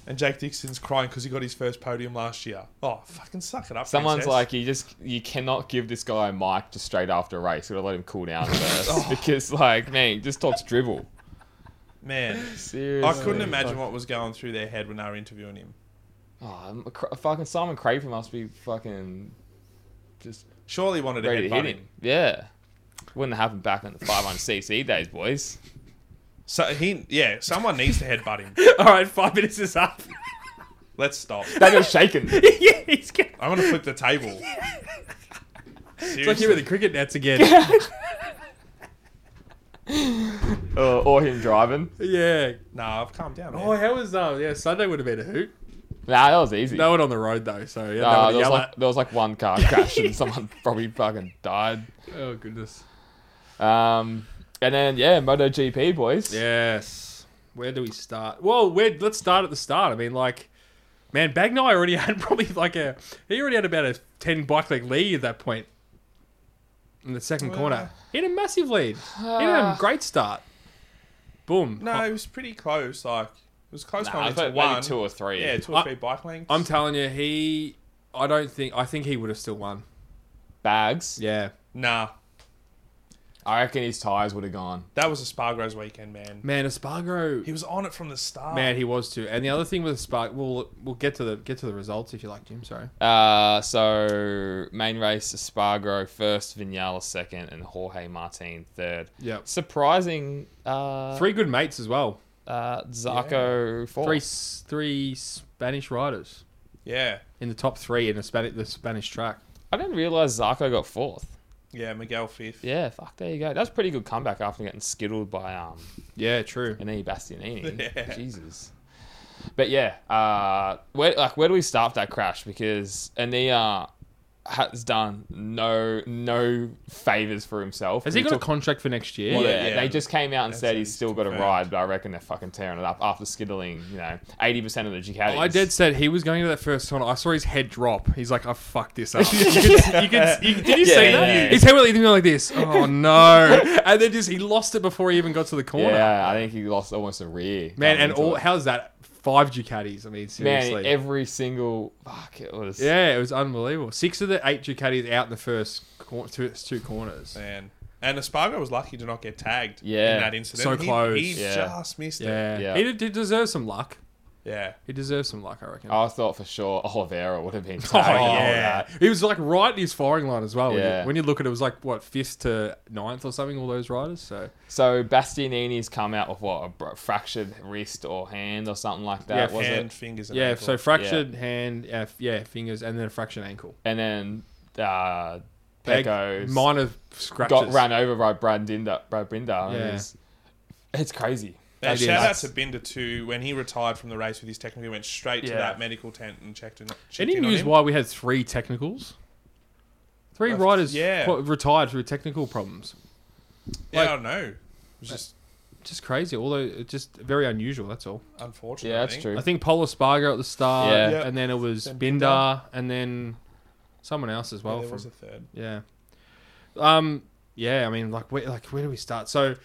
And Jake Dixon's crying because he got his first podium last year. Oh, fucking suck it up.
Someone's
princess.
like, you just, you cannot give this guy a mic just straight after a race. You gotta let him cool down first. Because, like, man, he just talks dribble.
man,
Seriously.
I couldn't imagine what was going through their head when they were interviewing him.
Oh, I'm- cr- fucking Simon Craper must be fucking just
Surely wanted to
ready to
headbutt
hit
him.
him. Yeah. Wouldn't have happened back in the 500cc days, boys.
So he, yeah, someone needs to headbutt him.
All right, five minutes is up.
Let's stop.
That was shaken.
yeah, he's getting.
I'm gonna flip the table. Seriously.
It's like you were the cricket nets again.
or, or him driving.
yeah.
Nah, I've calmed down.
Oh,
man.
how was that? Yeah, Sunday would have been a hoot.
Nah, that was easy.
No one on the road though, so yeah,
Nah,
no one to
there, was
yell
like, there was like one car crash and someone probably fucking died.
at. Oh goodness.
Um, and then yeah, MotoGP boys.
Yes. Where do we start? Well, where let's start at the start. I mean, like, man, Bagnai already had probably like a he already had about a ten bike leg lead at that point. In the second corner, he had a massive lead. he had a great start. Boom.
No, it was pretty close. Like it was close.
Nah,
Nah,
I thought
to
maybe
one.
two or three.
Yeah, two or
I-
three bike lanes.
I'm telling you, he. I don't think. I think he would have still won.
bags.
Yeah.
nah,
I reckon his tires would have gone.
that was Espargaro's weekend, man.
Man, Espargaro.
He was on it from the start.
man, he was too. And the other thing with Espargaro, we'll we'll get to the get to the results if you like, Jim. Sorry.
Uh, so main race: Espargaro first, Vinales second, and Jorge Martin third.
Yep.
Surprising. Uh,
Three good mates as well.
Uh, Zarco fourth.
Three s- three Spanish riders
yeah,
in the top three in the Spanish the Spanish track.
I didn't realize Zarco got fourth.
yeah, Miguel fifth.
Yeah, fuck. There you go. That's a pretty good comeback after getting skittled by um
Yeah, true.
and then Bastianini.
Yeah.
Jesus. But yeah, uh, where like where do we start with that crash? Because Ania has done no no favors for himself.
Has he
We
got a
took-
contract for next year?
yeah,
yeah.
they just came out and
That's
said
it,
he's
it's
still got a
confirmed.
ride, but I reckon they're fucking tearing it up after skiddling, you know, eighty percent of the Ducatis.
Oh, I did said he was going to that first corner. I saw his head drop. He's like, "I fucked this up." you could, you could, you, did you
Yeah,
see
yeah,
that?
yeah.
His head went like, like this. Oh no! And then just he lost it before he even got to the corner.
Yeah, I think he lost almost a rear. going
Man, and
into
all
it.
how's that? Five Ducatis. I mean, seriously.
man, every single fuck it was.
yeah, it was unbelievable. Six of the eight Ducatis out in the first cor- two, two corners.
Man. And Espargaro was lucky to not get tagged
Yeah.
in that incident.
So
He-
close.
He,
Yeah.
just missed it.
Yeah,
Yeah.
he did, did deserve some luck.
Yeah.
He deserves some luck, I reckon.
I thought for sure Oliveira would have been.
Oh,
tagged and all
yeah.
that.
He was like right in his firing line as well. When you-
Yeah.
When you look at it, it was like what fifth to ninth or something. All those riders. So
So Bastianini's come out with what a bro- fractured wrist or hand or something like that,
Yeah,
was
Hand,
it?
fingers, and
yeah.
ankle.
So fractured hand. Uh, f- yeah, fingers, and then a fractured ankle.
And then uh,
Like,
Pecos
Minor scratches.
got ran over by Brad Binder. Brad Binder. and
Yeah.
it's, it's crazy.
And
That is-
shout out
that's-
to Binder too. When he retired from the race with his technical, he went straight to
Yeah.
that medical tent and checked in. Checked
Any
in on
news
him.
why we had three technicals? Three
That's-
riders
yeah.
qu- retired through technical problems.
Yeah,
like-
I don't know. It was just
Just crazy. Although it's just very unusual. That's all.
unfortunate.
Yeah,
I
that's
think.
true.
I think Polo Spargo at the start,
Yeah.
Yep.
and then it was
Then
Binder,
Binder.
and then someone else as
Yeah,
well.
there
from,
was a third.
yeah. Um. Yeah. I mean, like, where, like, where do we start? So,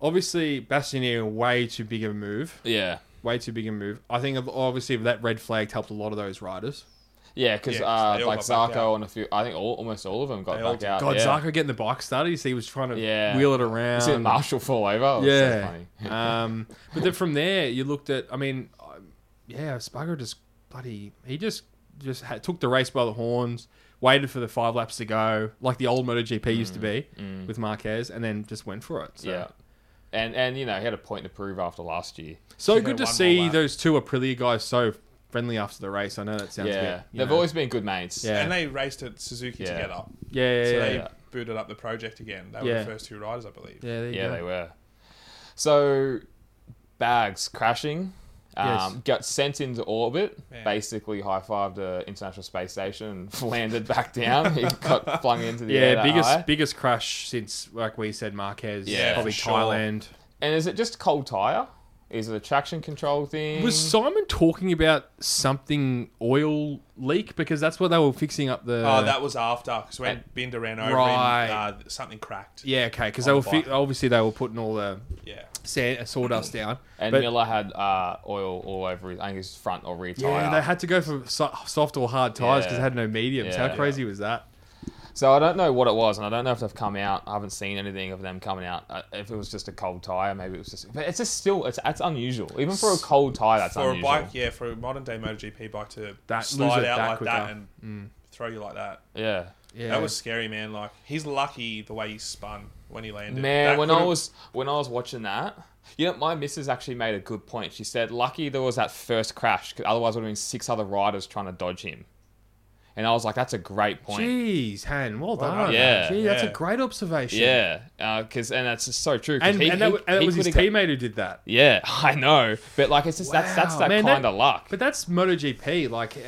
obviously, Bastianini way too big of a move.
Yeah.
Way too big a move. I think of- obviously that red flag helped a lot of those riders.
Yeah, because
Yeah, 'cause they
uh,
all
like
got back out.
Zarco and a few, I think all, almost all of them got
They all
back
did.
out.
God,
Uh, yeah.
Zarko getting the bike started. You see, he was trying to
Yeah.
wheel it
You
around.
see Marshall fall over. It was so
yeah.
funny.
um. But then from there, you looked at. I mean, I- yeah, Spargo just bloody. He just just had, took the race by the horns. Waited for the five laps to go, like the old MotoGP used to be with Marquez, and then just went for it. So.
Mm, Yeah. And and you know he had a point to prove after last year.
So
Give
good
her
to
one more
see
lap.
those two Aprilia guys so friendly after the race. I know that sounds
yeah,
weird. you
they've
know.
always been good mates.
Yeah.
And they raced at Suzuki
Yeah.
together.
yeah, yeah,
So
yeah.
they
yeah.
booted up the project again. They were
Yeah.
the first two riders, I believe.
Yeah, there you
yeah,
go.
they were. So bags crashing. Um,
Yes.
Got sent into orbit,
Man.
basically high fived the International Space Station, and landed back down. He got flung into the air.
Yeah,
that
biggest
high.
biggest crash since like we said Marquez.
Yeah,
probably
for sure.
Thailand.
And is it just cold tire? Is it a traction control thing?
Was Simon talking about something oil leak because that's what they were fixing up the.
oh, that was after because when Binder ran over
Right.
him, uh, something cracked.
Yeah, okay, because
on
they were
the
fi-
bike.
obviously they were putting all the
Yeah.
sand, sawdust down.
and
but-
Miller had uh, oil all over his, I think his front or rear tire.
Yeah, they had to go for so- soft or hard tires because
Yeah.
they had no mediums.
Yeah.
How crazy was that?
So I don't know what it was, and I don't know if they've come out. I haven't seen anything of them coming out. Uh, If it was just a cold tire, maybe it was just. But it's just still, it's that's unusual. Even for a cold tire, that's
for
unusual.
a bike, yeah, for a modern day MotoGP bike to
That- lose
slide
it
out
that Mm.
like that
quicker.
and throw you like that.
yeah.
Yeah,
That was scary, man. Like he's lucky the way he spun when he landed.
Man,
That
when I
could've-
was when I was watching that, you know, my missus actually made a good point. She said, "Lucky there was that first crash, 'cause otherwise, it would have been six other riders trying to dodge him." And I was like, that's a great point.
Jeez, Han,
Well
well, done.
done,
Yeah,
Gee, that's
yeah.
a great observation.
Yeah, because and that's just so true. 'cause
and
he-
and, that,
he-
wa- and it
he
was his
could've got-
teammate who did that.
Yeah, I know, but like it's just that's that's
Wow,
that
man,
kind of luck.
But that's MotoGP. Like eh,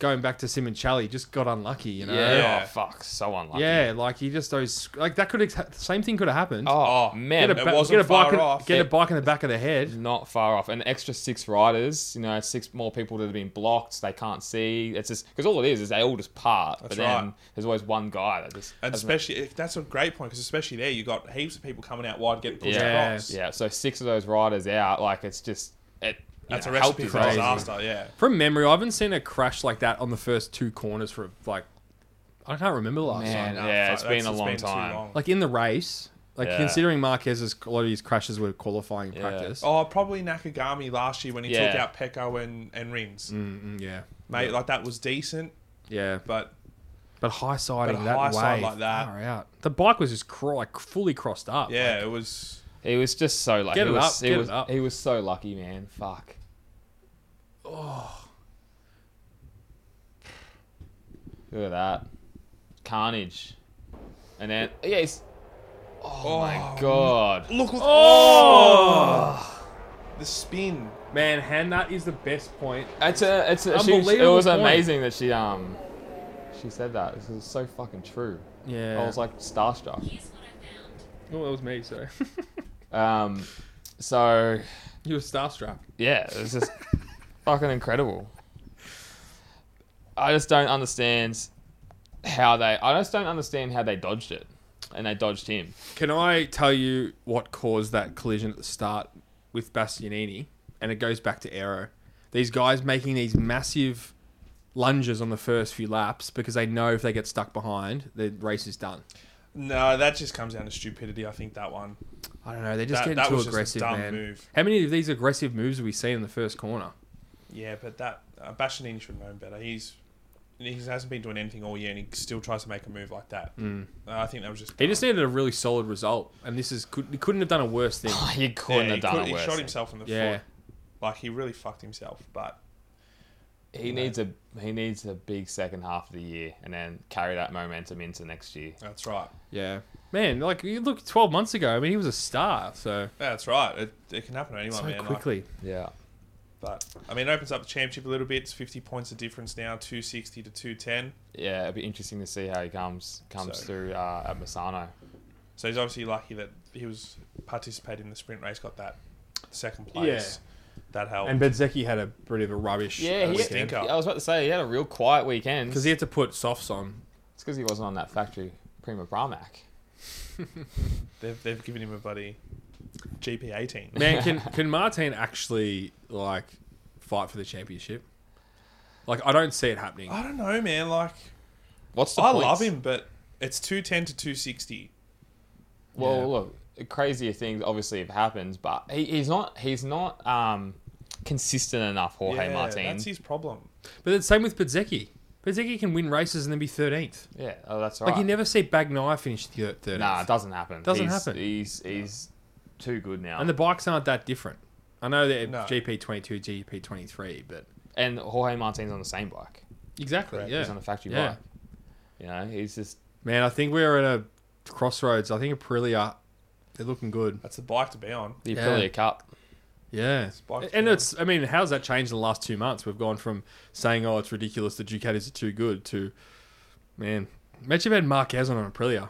going back to Simoncelli, just got unlucky. You know.
yeah.
Yeah.
Oh fuck, so unlucky.
Yeah, like he just those like that could ex- same thing could have happened.
Oh,
Oh,
man,
it
ba-
wasn't
get a bike
far
in,
off. Mm.
Get
Yeah.
a bike in the back of the head.
not far off. An extra six riders, you know, six more people that have been blocked. They can't see. It's just because all it is is they all just part.
That's
but then
right.
there's always one guy that just.
And
doesn't-
especially if, that's a great point because especially there you got heaps of people coming out wide getting pushed
Yeah.
across.
yeah, so six of those riders out. Like it's just it. you
That's
know,
a recipe
helped
for
his
crazy.
odds.
disaster. Yeah.
From memory, I haven't seen a crash like that on the first two corners for like I can't remember the last
Man,
time.
Nah,
yeah,
fuck,
it's
that's-
been a long
too
time.
Like in the race, like
Yeah.
considering Marquez's a lot of his crashes were qualifying practice.
Oh, probably Nakagami last year when he took
Yeah.
out Pecco and, and Rins.
Mm, yeah,
Mate, like that was decent,
yeah, but,
but
high siding
But
that
high
way,
side like that.
far out. The bike was just cro- like fully crossed up.
yeah, it was.
He was just so lucky.
Get
he
it
was,
up,
he
get
was,
it up.
He was so lucky, man. Fuck. Oh. Look at that. Carnage. And then, yeah, it's, oh, my god.
Look, look
Oh!
the spin.
man, Han, that is the best point.
It's a, it's a, she, it
Unbelievable
was
point.
amazing that she, um, she said that. This is so fucking true.
Yeah,
I was like starstruck.
Here's what I found.
oh, that was me. Sorry,
Um, so,
you were starstruck.
yeah, it was just fucking incredible. I just don't understand how they. I just don't understand how they dodged it, and they dodged him.
Can I tell you what caused that collision at the start with Bastianini? And it goes back to Aero. These guys making these massive lunges on the first few laps because they know if they get stuck behind, the race is done.
No, that just comes down to stupidity. I think that one.
I don't know. They just
That-
get
that
too
was just a
aggressive,
dumb
man.
move.
How many of these aggressive moves have we seen in the first corner?
Yeah, but that uh, Bashanini should have known better. He's he hasn't been doing anything all year, and he still tries to make a move like that. Uh, I think that was just.
Hmm. He just needed a really solid result, and this is could, he couldn't have done a worse thing.
You
Yeah,
couldn't
he
have done
could-
it
He
worse.
shot himself in the
Yeah.
foot. Like he really fucked himself. But
He needs a he needs a big second half of the year, and then carry that momentum into next year.
that's right.
Yeah, man. Like you look, twelve months ago, I mean, he was a star. So
That's right. It, it can happen to
Oh,
anyone,
so
man. Like,
quickly.
Yeah.
but I mean, it opens up the championship a little bit. It's fifty points of difference now, two sixty to two ten.
Yeah, it'd be interesting to see how he comes comes
So-
through uh, at Misano.
So he's obviously lucky that he was participating in the sprint race, got that second place. That helped.
and Bedzeki had a bit of a rubbish.
oh. Yeah, he
weekend.
had, I was about to say he had a real quiet weekend
because he had to put softs on
it's because he wasn't on that factory Prima Bramac.
they've, they've given him a bloody GP eighteen.
Man, can can Martin actually like fight for the championship? Like, I don't see it happening.
I don't know, man. Like
What's the
I
points?
love him, but it's two ten to two sixty.
Well,
Yeah.
look, crazier things obviously have happened, but he, he's not he's not um, consistent enough, Jorge
yeah,
Martin.
that's his problem.
But it's the same with Pizzecchi. Pizzecchi can win races and then be thirteenth.
yeah, oh, that's right.
Like you never see Bagnaia finish thirteenth.
nah, it doesn't happen.
Doesn't
he's,
happen.
He's he's too good now.
and
And,
the bikes aren't that different. I know they're
No.
GP twenty two, GP twenty three, but
Jorge Martin's on the same bike.
exactly,
Correct.
yeah.
He's on a factory
Yeah.
bike. You know, he's just
Man, I think we're at a crossroads. I think Aprilia, they're looking good.
That's the bike to be on.
the
Yeah.
Aprilia Cup.
Yeah.
Spiked
and
down.
it's, I mean, how's that changed in the last two months? We've gone from saying, oh, it's ridiculous, the Ducatis are too good, to, man, imagine if you had Marquez on an Aprilia.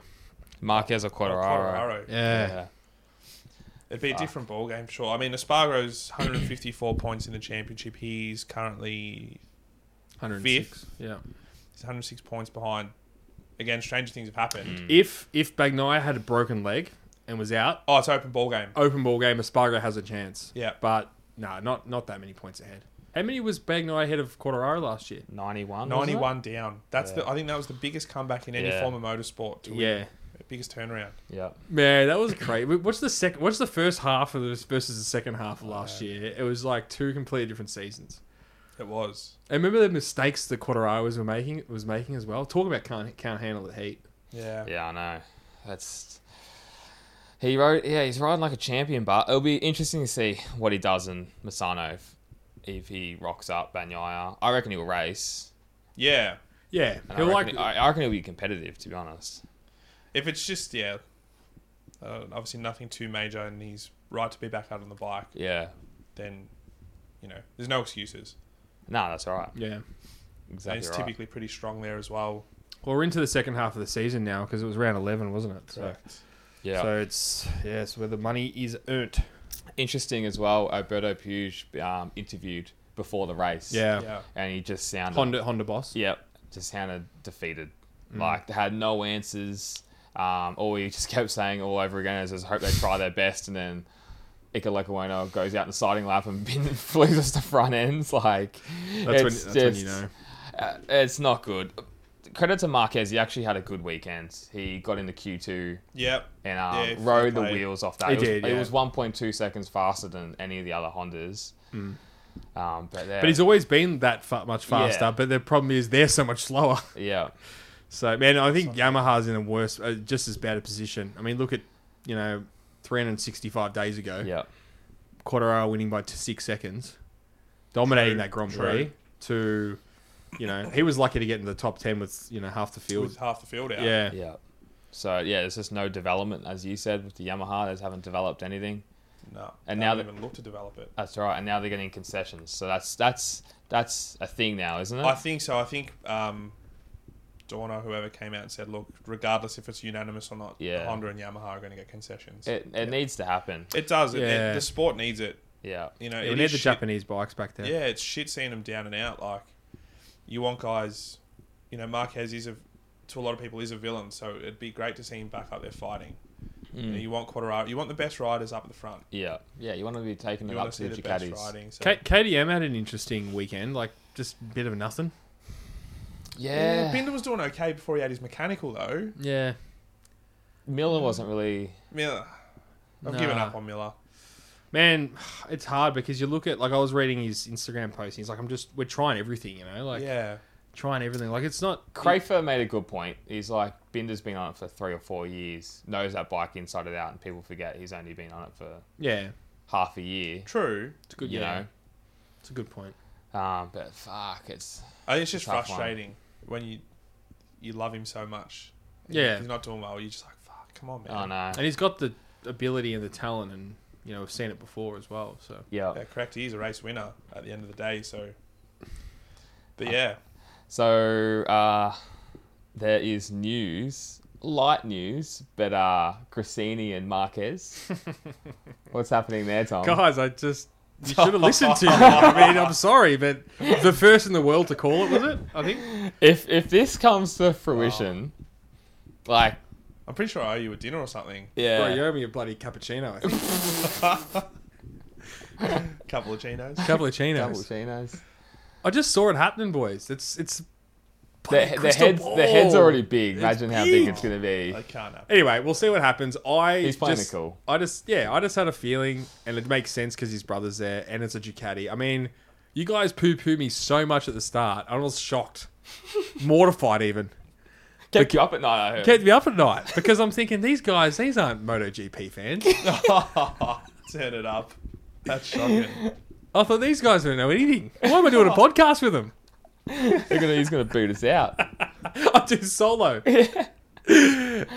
Marquez or Quadraro.
Quartararo.
Yeah.
It'd
Ah.
be a different ball game, sure. I mean, Espargaro's 154 points in the championship. He's currently
106. Yeah.
he's 106 points behind. Again, stranger things have happened.
Mm.
If if Bagnaia had a broken leg and was out,
Oh, it's open ball game.
open ball game, Espargo has a chance.
Yeah.
But, nah, not, not that many points ahead. How many was Bagnaia ahead of Cordero last year?
91. wasn't it?
91 down. That's
Yeah.
the. I think that was the biggest comeback in any
Yeah.
form of motorsport. To
Yeah.
win. biggest turnaround.
Yeah.
Man, that was crazy. What's the second? What's the first half of this versus the second half of last year? It was like two completely different seasons.
It was.
And remember the mistakes the Quadraros were making was making as well. Talk about can't can't handle the heat.
Yeah.
Yeah, I know. That's he rode. Yeah, he's riding like a champion, but it'll be interesting to see what he does in Misano if, if he rocks up Banyaya. I reckon he'll race.
Yeah.
Yeah,
And I
he'll
reckon,
like.
I, I reckon he'll be competitive, to be honest.
If it's just yeah, uh, obviously nothing too major, and he's right to be back out on the bike,
Yeah.
then you know there's no excuses.
No, that's all right.
yeah.
And
Exactly
he's
right.
typically pretty strong there as well.
Well, we're into the second half of the season now because it was round eleven, wasn't it? So,
yeah.
so it's yes, where the money is earned.
Interesting as well. Alberto Puig um, interviewed before the race.
Yeah.
Yeah,
And he just sounded.
Honda Honda boss.
Yep. Just sounded defeated.
Mm.
Like they had no answers. Um, all he just kept saying all over again is just hope they try their best and then Ika Lekawena goes out in the siding lap and bin, flees us to front ends. Like
That's, when,
it's
that's when you
just-
know.
uh, it's not good. Credit to Marquez, he actually had a good weekend. He got into Q2
yeah,
and um,
Yeah, fair
rode the
play.
wheels off that.
He
it was,
did,
it
yeah.
was 1.2 seconds faster than any of the other Hondas. Um, but,
Mm. But he's always been that fa- much faster.
Yeah.
But the problem is they're so much slower.
yeah,
So man, I think Yamaha's in a worse, uh, just as bad a position. I mean, look at you know, 365 days ago,
yeah,
Quartararo winning by t- six seconds, dominating
True,
that Grand
true.
Prix. To you know, he was lucky to get into the top ten with you know half the field.
with half the field out.
yeah.
yeah. So yeah, there's just no development, as you said, with the Yamaha. They just haven't developed anything.
no,
And
and
now
now
that-
even look to develop it.
That's all right. And now they're getting concessions. So that's that's that's a thing now, isn't it?
I think so. I think um, Dawn or whoever came out and said, look, regardless if it's unanimous or not,
Yeah.
Honda and Yamaha are going to get concessions. It,
it it needs to happen.
does. It,
Yeah.
it, the sport needs it.
Yeah,
You know,
Yeah,
it
we need the
is shit-
Japanese bikes back there.
Yeah, it's shit seeing them down and out. Like, you want guys. You know, Marquez is a to a lot of people is a villain, so it'd be great to see him back up there fighting. You,
Mm.
know, you want Quartararo. You want the best riders up at the front.
yeah, yeah. You want to be taking
You
it
want
up
to
to
see
the
the best
Ducatis.
riding. So.
K- KDM had an interesting weekend, like just a bit of nothing.
Yeah,
Yeah,
Binder was doing okay before he had his mechanical though.
Yeah,
Miller wasn't really.
Miller, I've given
Nah.
up on Miller.
man, it's hard because you look at like I was reading his Instagram post. He's like, I'm just we're trying everything, you know, like
yeah,
trying everything. Like it's not
Crafer made a good point. He's like, Binder's been on it for three or four years, knows that bike inside and out, and people forget he's only been on it for
Yeah,
half a year.
true.
it's a good.
you
yeah, it's a good point.
know, um, but fuck, it's
I think it's just
Tough one.
frustrating when you you love him so much. and
Yeah.
he's not doing well. You're just like, fuck, come on, man.
oh no,
And he's got the ability and the talent, and you know, we've seen it before as well. So
yeah.
Yeah, correct. He is a race winner at the end of the day. So, but yeah,
So uh, there is news, light news, but uh, Grassini and Marquez. What's happening there, Tom?
guys, I just Um, you should have listened to. me. I mean, I'm sorry, but the first in the world to call it was it? I think.
If if this comes to fruition,
Oh.
like
I'm pretty sure I owe you a dinner or something.
yeah,
Bro, you owe me a bloody cappuccino. I think.
Couple of chinos.
double
cappuccinos.
chinos.
I just saw it happening, boys. It's it's.
The, the
crystal
head's the head's
ball.
already big. Imagine how big
big.
it's gonna be.
They can't happen.
Anyway, we'll see what happens. I
He's playing it
just,
cool.
I just yeah, I just had a feeling, and it makes sense because his brother's there, and it's a Ducati. I mean, you guys poo poo me so much at the start. I was shocked, mortified even.
Kept you up at night. I heard.
Kept me up at night because I'm thinking these guys, these aren't MotoGP fans.
Turn it up. That's shocking.
I thought these guys don't know anything. Why am I doing a podcast with them?
They're gonna- he's gonna boot us out.
I do solo.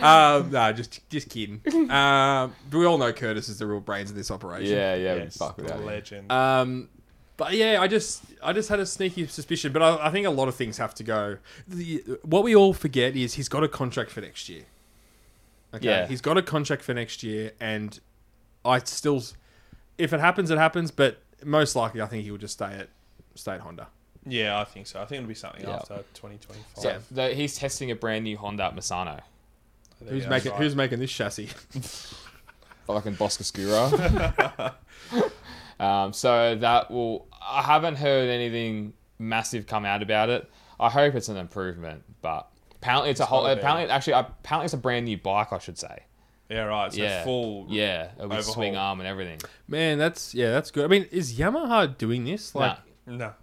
um, no, just just kidding. Um, but we all know Curtis is the real brains of this operation.
Yeah, yeah,
Yes,
fuck with
the
that.
legend.
Um, but yeah, I just I just had a sneaky suspicion. But I, I think a lot of things have to go. The, what we all forget is he's got a contract for next year. Okay,
Yeah.
he's got a contract for next year, and I still, if it happens, it happens. But most likely, I think he will just stay at stay at Honda.
yeah, I think so. I think it'll be something
Yeah.
after 2025.
So the, he's testing a brand new Honda Misano,
I think
Who's
that's
making
right.
Who's making this chassis?
like in Boscoscuro. um, so that will. I haven't heard anything massive come out about it. I hope it's an improvement, but apparently it's, a whole.
gotta be.
Apparently, actually, uh, apparently it's a brand new bike. I should say.
Yeah, right. So
yeah.
full.
yeah, with
overhaul.
swing arm and everything.
Man, that's yeah, that's good. I mean, is Yamaha doing this? Like,
Nah.
No.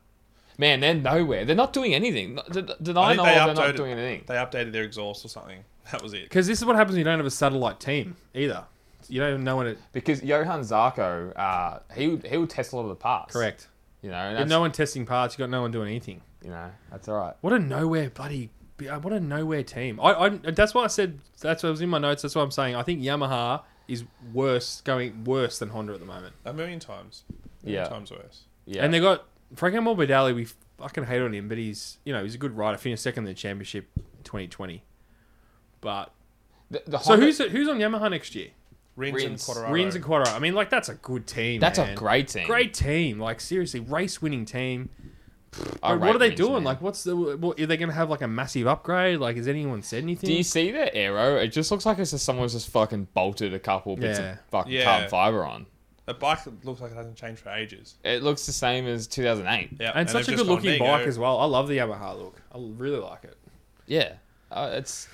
Man, they're nowhere. They're not doing anything. No- Did, did I,
I
know
think they
they're not
updated-
doing anything?
They updated their exhaust or something. That was it.
because this is what happens when you don't have a satellite team either. You don't even know when it.
Because Johan Zarco, uh, he he will test a lot of the parts.
Correct.
You know, and
But
that's,
no one testing parts. You got no one doing anything.
you know, that's all right.
What a nowhere bloody. What a nowhere team. I, I that's why I said that's what was in my notes. That's what I'm saying. I think Yamaha is worse going worse than Honda at the moment.
A million times. A million
Yeah.
times worse.
Yeah.
And they got Franco Morbidelli. We fucking hate on him, but he's you know he's a good rider. Finished second in the championship, 2020. But
the, the
so
Honda-
who's who's on Yamaha next year?
Rins, and
Rins.
Quadraro.
Rins and Quattro. I mean, like that's a good team.
That's a
man.
great team.
great team. Like seriously, race winning team.
I
But
rate
what are they
Rins,
doing?
man.
Like, what's the? What, are they going to have like a massive upgrade? Like, has anyone said anything?
Do you see their arrow? It just looks like it's just someone's just fucking bolted a couple bits
Yeah.
of fucking
Yeah.
carbon fiber on.
The bike that looks like it hasn't changed for ages.
It looks the same as 2008.
Yeah,
and, such
they've
a good
just gone,
looking
"There you
bike
go."
as well. I love the Yamaha look. I really like it.
Yeah. Uh, it's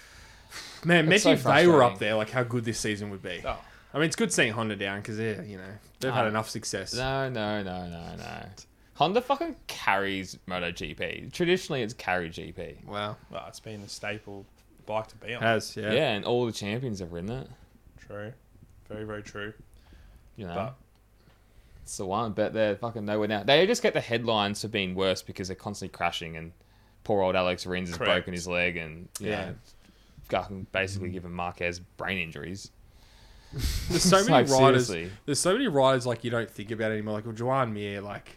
Man,
It's
imagine
so
if they were up
frustrating.
there, like how good this season would be.
Oh.
I mean, it's good seeing Honda down because they're you know they've had
No.
enough success.
no, no, no, no, no. Honda fucking carries MotoGP. Traditionally, it's carry GP.
Wow,
Well, it's been a staple bike to be on.
has yeah.
Yeah. and all the champions have ridden it.
True. Very, very true.
You know,
But
it's the one. But they're fucking nowhere now. They just get the headlines for being worse because they're constantly crashing. And poor old Alex Rins has
Correct.
broken his leg, and you
Yeah. Mm.
know, fucking basically given Marquez brain injuries.
There's so
It's
many
like,
riders.
seriously.
There's so many riders like you don't think about anymore. Like well, Juan Mir, like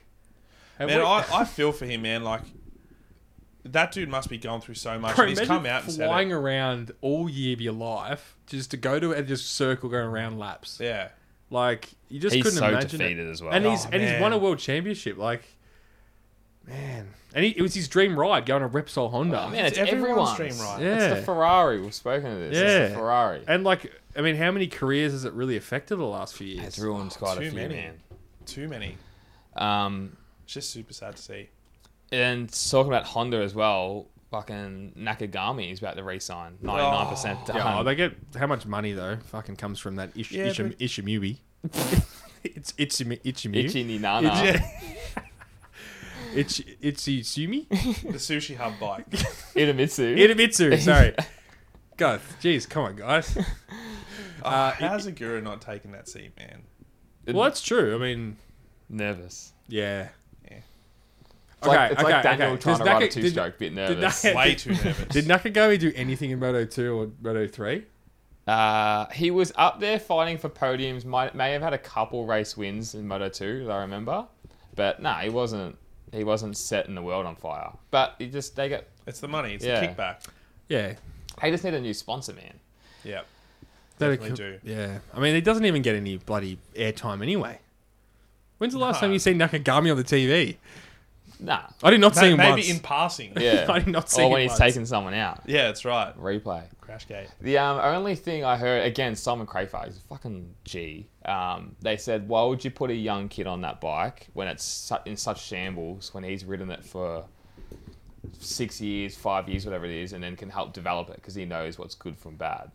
have
man,
we-
I, I feel for him, man. Like that dude must be going through so much.
Bro,
and he's
imagine
come out and said
flying
it.
around all year of your life just to go to and just circle going around laps.
Yeah.
Like you just
He's
couldn't
so
imagine it.
defeated as well.
And he's
Oh,
and he's won
man.
a world championship. Like man, and he, it was his dream ride going to Repsol Honda.
Oh, man, it's,
It's everyone's
everyone's,
dream ride.
Yeah.
It's the Ferrari. We've spoken of this. It's
Yeah.
the Ferrari.
And like, I mean, how many careers has it really affected the last few years?
It's ruined quite a
too
few,
many.
man.
Too many.
Um,
It's just super sad to see.
and talking about Honda as well, fucking Nakagami is about to resign. 99% done.
Oh, Yeah, oh, they get how much money though? Fucking comes from that ish,
Yeah,
Ishim,
but-
Ishimui. it's Itchimi Itchimi
Itchy ni nana.
Itch Itchisumi
The sushi hub bike.
Itamitsu.
Itamitsu. Sorry, God, jeez, come on, guys.
Uh, How's Agura not taking that seat, man?
Well, that's true. I mean,
nervous.
yeah.
Yeah.
It's like, it's like Daniel trying
Does
to ride a
Naka- did-
two-stroke, bit
did
nervous.
Naka-
Way too nervous.
Did Nakagami do anything in Moto 2 or Moto 3?
Uh, he was up there fighting for podiums. Might, may have had a couple race wins in Moto 2, that I remember. But no, he wasn't. He wasn't setting the world on fire. But he just they get.
It's the money. It's
Yeah.
the kickback.
Yeah.
They just need a new sponsor, man.
Yeah.
That'd
Definitely
co- Yeah. I mean, he doesn't even get any bloody airtime anyway. When's the last
No.
time you seen Nakagami on the TV?
Nah.
I did not see
Maybe
him once.
in passing.
Yeah.
I did not see
or
him
when he's
once.
taking someone out.
Yeah, that's right.
Replay.
Crashgate.
The um, only thing I heard again, Simon Crayfar, he's a fucking G. Um, they said, why would you put a young kid on that bike when it's su- in such shambles? When he's ridden it for six years, five years, whatever it is, and then can help develop it because he knows what's good from bad.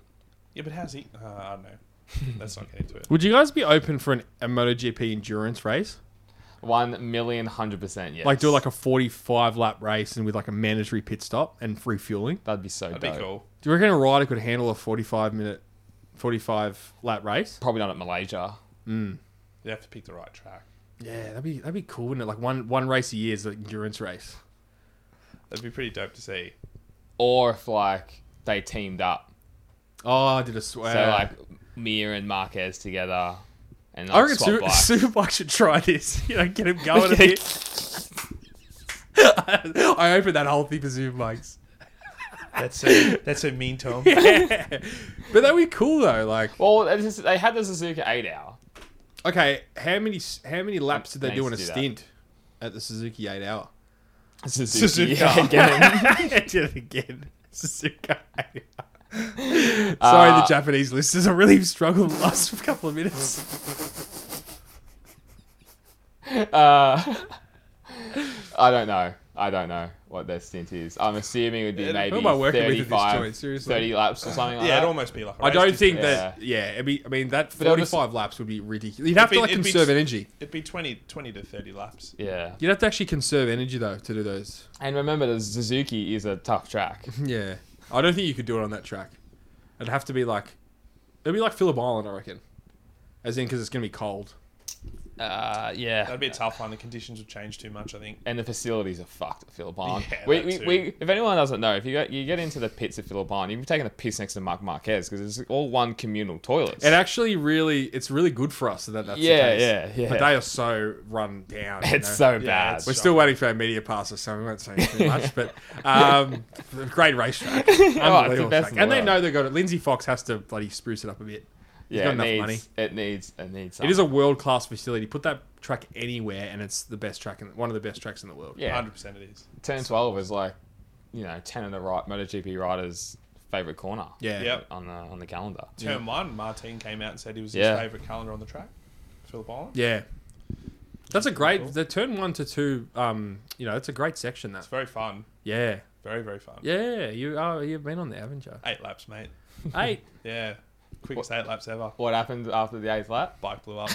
Yeah, but how's he? Uh, I don't know. Let's not get into it.
Would you guys be open for an, a MotoGP endurance race?
One million hundred percent, yes.
Like do like a 45 lap race and with like a mandatory pit stop and free fueling?
that'd be so
That'd
dope.
be cool.
Do you reckon a rider could handle a 45 minute, 45 lap race?
Probably not at Malaysia.
You have to pick the right track.
Yeah, that'd be that'd be cool, wouldn't it? Like one one race a year is an endurance race.
That'd be pretty dope to see.
Or if like they teamed up,
Oh, I did a swear.
so like Mir and Marquez together, and like,
I reckon
swap
Super,
bikes.
Superbike should try this. You know, get him going a
Okay.
bit. I opened that whole thing for Superbikes.
That's a that's a mean Tom.
But that'd be cool though. Like,
Well, this is- they had the Suzuka eight hour.
okay, how many how many laps did they
They
do in a
used to do that.
stint at the Suzuki Eight Hour?
Suzuki.
Suzuka.
Yeah, get him.
I did it again. Suzuki Eight Hour. Sorry, the
Uh,
Japanese listeners. I really struggled the last couple of minutes.
Uh, I don't know. I don't know what their stint is. I'm assuming it would be
Yeah,
maybe
who am I working with at this
35,
joint? Seriously.
30 laps or something
Yeah,
like that.
it'd almost be like. a
Uh, I
race,
don't
just-
think
yeah.
that. Yeah, it'd be, I mean that
They'll just-
forty-five laps would be ridiculous. You'd have
be-
to like
it'd be
conserve
s-
energy.
It'd be 20, 20 to thirty laps.
Yeah.
You'd have to actually conserve energy though to do those.
And remember, the Suzuki is a tough track.
Yeah, I don't think you could do it on that track. It'd have to be like, it'd be like Phillip Island, I reckon. As in, because it's gonna be cold.
Uh, yeah.
That'd be a tough one. The conditions would change too much, I think.
And the facilities are fucked at Phillip Island.
Yeah,
we,
that
we,
too.
we, if anyone doesn't know, if you get, you get into the pits at Phillip Island, you'd be taking the piss next to Mark Marquez because it's all one communal toilets.
It actually really, it's really good for us that that's
Yeah,
the case.
yeah, yeah.
But they are so run down. you
it's
know?
so
Yeah,
bad.
it's
We're still waiting for our media passes, so we won't say too much. But um, great racetrack, unbelievable,
best
track.
in Oh, the
and they
world.
know they got it. Lindsay Fox has to bloody spruce it up a bit.
yeah,
got
it
enough
needs,
money.
It needs. It needs.
It is a world class facility. Put that track anywhere, and it's the best track, in, one of the best tracks in the world.
yeah.
100% it is.
Turn twelve is like, you know, ten of the right MotoGP riders' favorite corner.
yeah.
Yep.
On the on the calendar.
Turn one, Martin came out and said he was
Yeah.
his favourite calendar on the track. Phillip Island.
Yeah. That's a great the turn one to two. Um, you know, it's a great section. That
It's very fun.
yeah,
Very, very fun.
yeah. You are you've been on there, haven't you?
Eight laps, mate.
Eight,
Yeah. Quickest eight laps ever.
What happened after the eighth lap?
Bike blew up.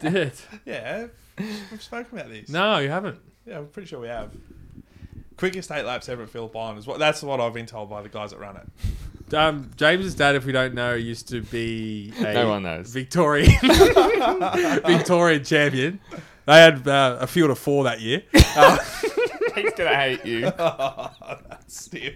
did
yeah. We've spoken about these.
no, you haven't.
Yeah, I'm pretty sure we have. Quickest eight laps ever at Phillip Island is what that's what I've been told by the guys that run it.
Um, James's dad, if we don't know, used to be a
No one knows.
Victorian Victorian champion. They had uh, a field of four that year. Uh,
He's gonna hate you.
that's stiff.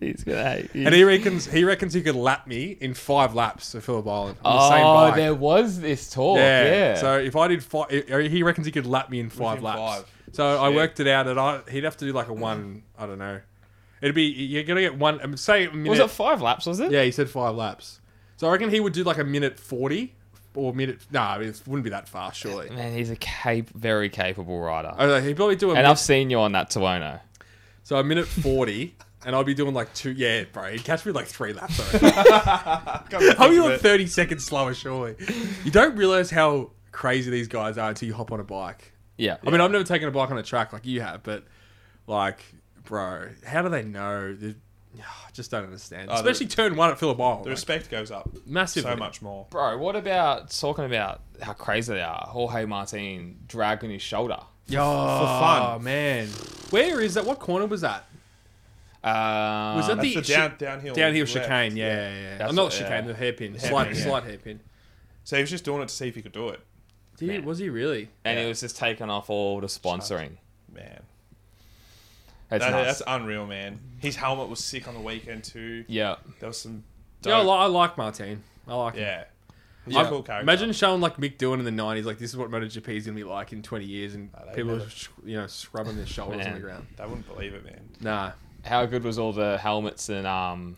He's gonna hate you.
and he reckons he reckons he could lap me in five laps at Phillip Island. On the same
oh,
bike.
there was this talk.
Yeah.
Yeah.
So if I did five, he reckons he could lap me in five
Within
laps.
five.
So I
Shit.
worked it out, and I he'd have to do like a one. I don't know. It'd be you're gonna get one. um, Say a minute.
was it five laps? Was it?
yeah, he said five laps. So I reckon he would do like a minute forty or minute. No, nah, I mean, it wouldn't be that fast, surely.
Man, he's a cap- very capable rider.
I don't know, he'd probably do a
and
minute,
I've seen you on that Tuono.
so a minute forty, and I'd be doing like two. Yeah, bro, he'd catch me like three laps. I reckon. I'll be like thirty seconds slower, surely. You don't realize how crazy these guys are until you hop on a bike.
Yeah.
I mean, I've never taken a bike on a track like you have, but like, bro, how do they know? The- I just don't understand.
the-
Especially turn one at Phillip Island.
The respect goes up
massively.
so much more.
Bro, what about talking about how crazy they are? Jorge Martin dragged on his shoulder.
oh,
fun.
man. Where is that? What corner was that?
Um,
Was that
That's
the
the down, downhill
Downhill
left.
chicane, yeah, yeah, yeah.
That's
Oh, not
what-
chicane,
yeah.
the hairpin,
Hairpin,
slight,
yeah.
slight hairpin.
So he was just doing it to see if he could do it.
Dude,
Man.
was he really?
and it was just taking off all the sponsoring.
Man.
That's
That-
nuts.
That's unreal, man. His helmet was sick on the weekend too.
yeah.
There was some
Yeah, I,
dope.
li- I like Martin. I like him.
Yeah. He's
I'm-
a cool character.
Imagine showing like Mick Dillon in the '90s, like this is what MotoGP is gonna be like in 20 years, and
Oh, they
people
never-
are, sh- you know, scrubbing their shoulders on
Man.
the ground.
they wouldn't believe it, man.
Nah,
How good was all the helmets and um,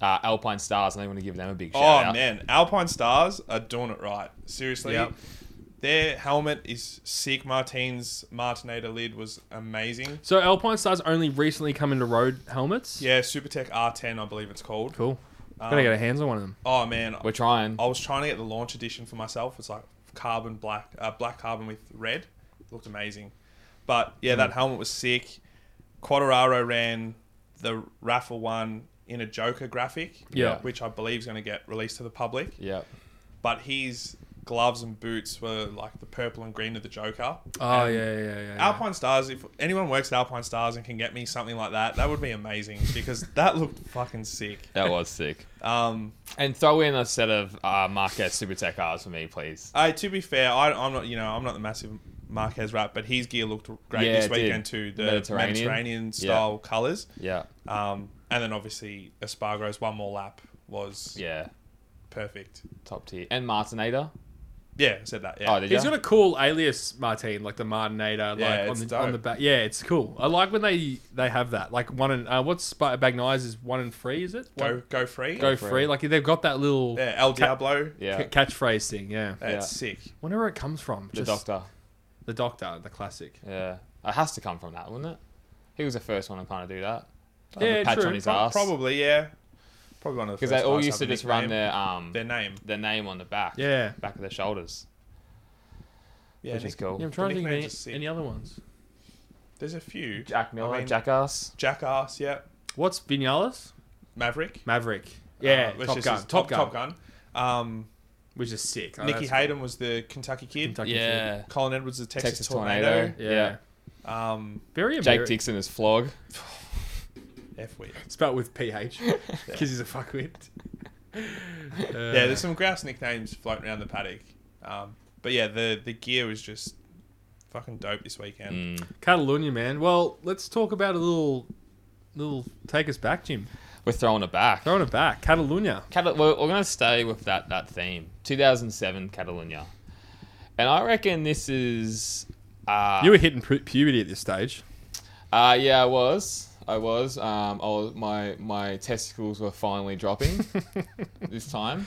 uh, Alpine Stars? I don't want to give them a big shout
Oh
out.
man, Alpine Stars are doing it right. Seriously,
Yep.
their helmet is sick. Martin's Martinator lid was amazing.
So Alpine Stars only recently come into road helmets.
Yeah, Supertech R10, I believe it's called.
cool.
Um,
Gotta get a hands on one of them.
Oh man,
We're trying.
I was trying to get the launch edition for myself. It's like carbon black, uh, black carbon with red. It looked amazing. But yeah,
Hmm.
that helmet was sick. Quadraro ran the raffle one in a Joker graphic,
Yeah.
which I believe is going to get released to the public.
Yeah.
but his gloves and boots were like the purple and green of the Joker.
Oh
And
yeah, yeah, yeah. yeah.
Alpine Stars, if anyone works at Alpine Stars and can get me something like that, that would be amazing because that looked fucking sick.
That was sick.
Um,
And throw in a set of uh, Marquez Supertech R's for me, please.
I, to be fair, I, I'm not, you know, I'm not the massive Marquez rap, but his gear looked great
Yeah,
this
it did.
weekend too. The
Mediterranean.
Mediterranean, style colors.
Yeah.
Um, and then obviously Espargaro's one more lap was
Yeah.
perfect.
Top tier. And Martinator.
Yeah, I said that. Yeah.
Oh, did you?
He's got a cool alias, Martin, like the Martinator,
Yeah,
like on
it's
the
dope.
on the back. Yeah, it's cool. I like when they they have that. Like one and uh, what's Sp- Bagnai's is one and three, is it?
go
One-
go free.
go
free.
free. Like they've got that little
Yeah, El Diablo.
Yeah.
ca- catchphrase thing. Yeah.
That's
Yeah.
sick.
Wonder where it comes from.
the
Just-
Doctor.
The doctor. The classic.
Yeah. It has to come from that, wouldn't it? He was the first one to kind of do that.
Yeah,
the patch
true.
on his
Pro-
ass.
Probably, yeah. Probably one of the
Because they
first
all
guys
used to
have a
just run
nickname.
their um
their name.
their name on the back.
Yeah.
Back of their shoulders.
Yeah,
which is
Nick-
cool.
Yeah, I'm trying to think of
nicknames
any,
are sick.
any other ones.
There's a few.
Jack Miller,
I mean,
Jackass.
Jackass, yeah.
What's Vinales?
Maverick.
Maverick. Yeah,
Uh, which
Top
is
Gun.
his-
Top Gun.
Top Gun. Um,
Which is sick. Oh,
Nikki
that's
Hayden was the Kentucky kid.
Kentucky
Yeah.
Colin Edwards, the Texas,
Texas
tornado.
Tornado.
Yeah.
Yeah.
Um,
Very
Jake
American.
Dixon is flog.
F weird.
Uh,
Spelt with PH. Because he's a fuckwit. Uh,
Yeah, there's some grouse nicknames floating around the paddock. Um, But yeah, the the gear was just fucking dope this weekend.
Mm.
Catalonia, man. Well, let's talk about a little, little take us back, Jim.
We're throwing it back.
Throwing it back, Catalonia.
Catal- we're, we're going to stay with that, that theme 2007 Catalunya. And I reckon this is. Uh,
You were hitting pu- puberty at this stage.
Uh, yeah, I was. I was. Um, I was. My my testicles were finally dropping this time.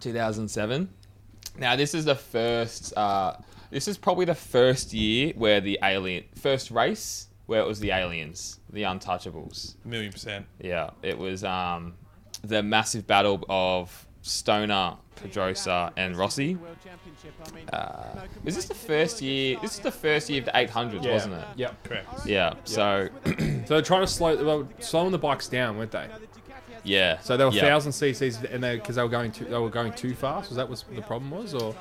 2007. Now this is the first. Uh, this is probably the first year where the alien first race where it was the aliens, the untouchables.
A million percent.
Yeah, it was um, the massive battle of Stoner, Pedrosa, and Rossi. Uh, is this the first year? This is the first year of the 800s, wasn't it?
Yep.
Correct.
Yeah. So
So they're trying to slow, well, slowing the bikes down, weren't they?
yeah.
So they were
yeah.
thousand cc's, and they because they were going too, they were going too fast. Was that what the problem was, or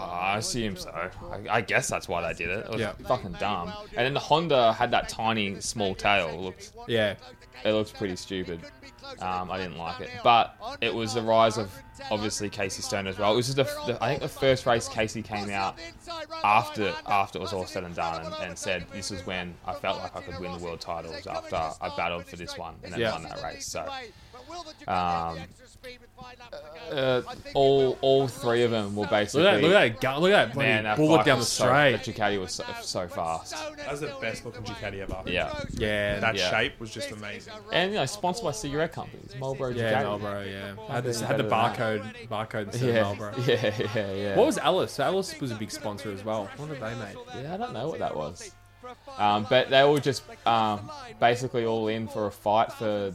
Oh, I assume so. I, I guess that's why they did it. It was
Yeah.
fucking dumb. And then the Honda had that tiny, small tail. It looked,
yeah,
it looked pretty stupid. Um, I didn't like it, but it was the rise of obviously Casey Stone as well. It was just the, the I think the first race Casey came out after after it was all said and done and, and said this is when I felt like I could win the world titles after I battled for this one and then
Yeah.
won that race. So um, uh, all all three of them were basically
look at that, look at that, gu- look at that bloody
Man, that
bullet
bike
down the
was
straight.
So, Ducati was so, so fast.
That was the best looking Ducati ever.
Yeah.
Yeah.
That
Yeah.
shape was just amazing.
And, you know, sponsored by cigarette companies, Marlboro
yeah,
Ducati.
Marlboro, yeah. Had, this,
do
had the
better
barcode, barcode instead
Yeah.
of Marlboro.
yeah, yeah, yeah.
What was Alice? Alice was a big sponsor as well. What did they make?
Yeah, I don't know what that was. Um, but they were just um, basically all in for a fight for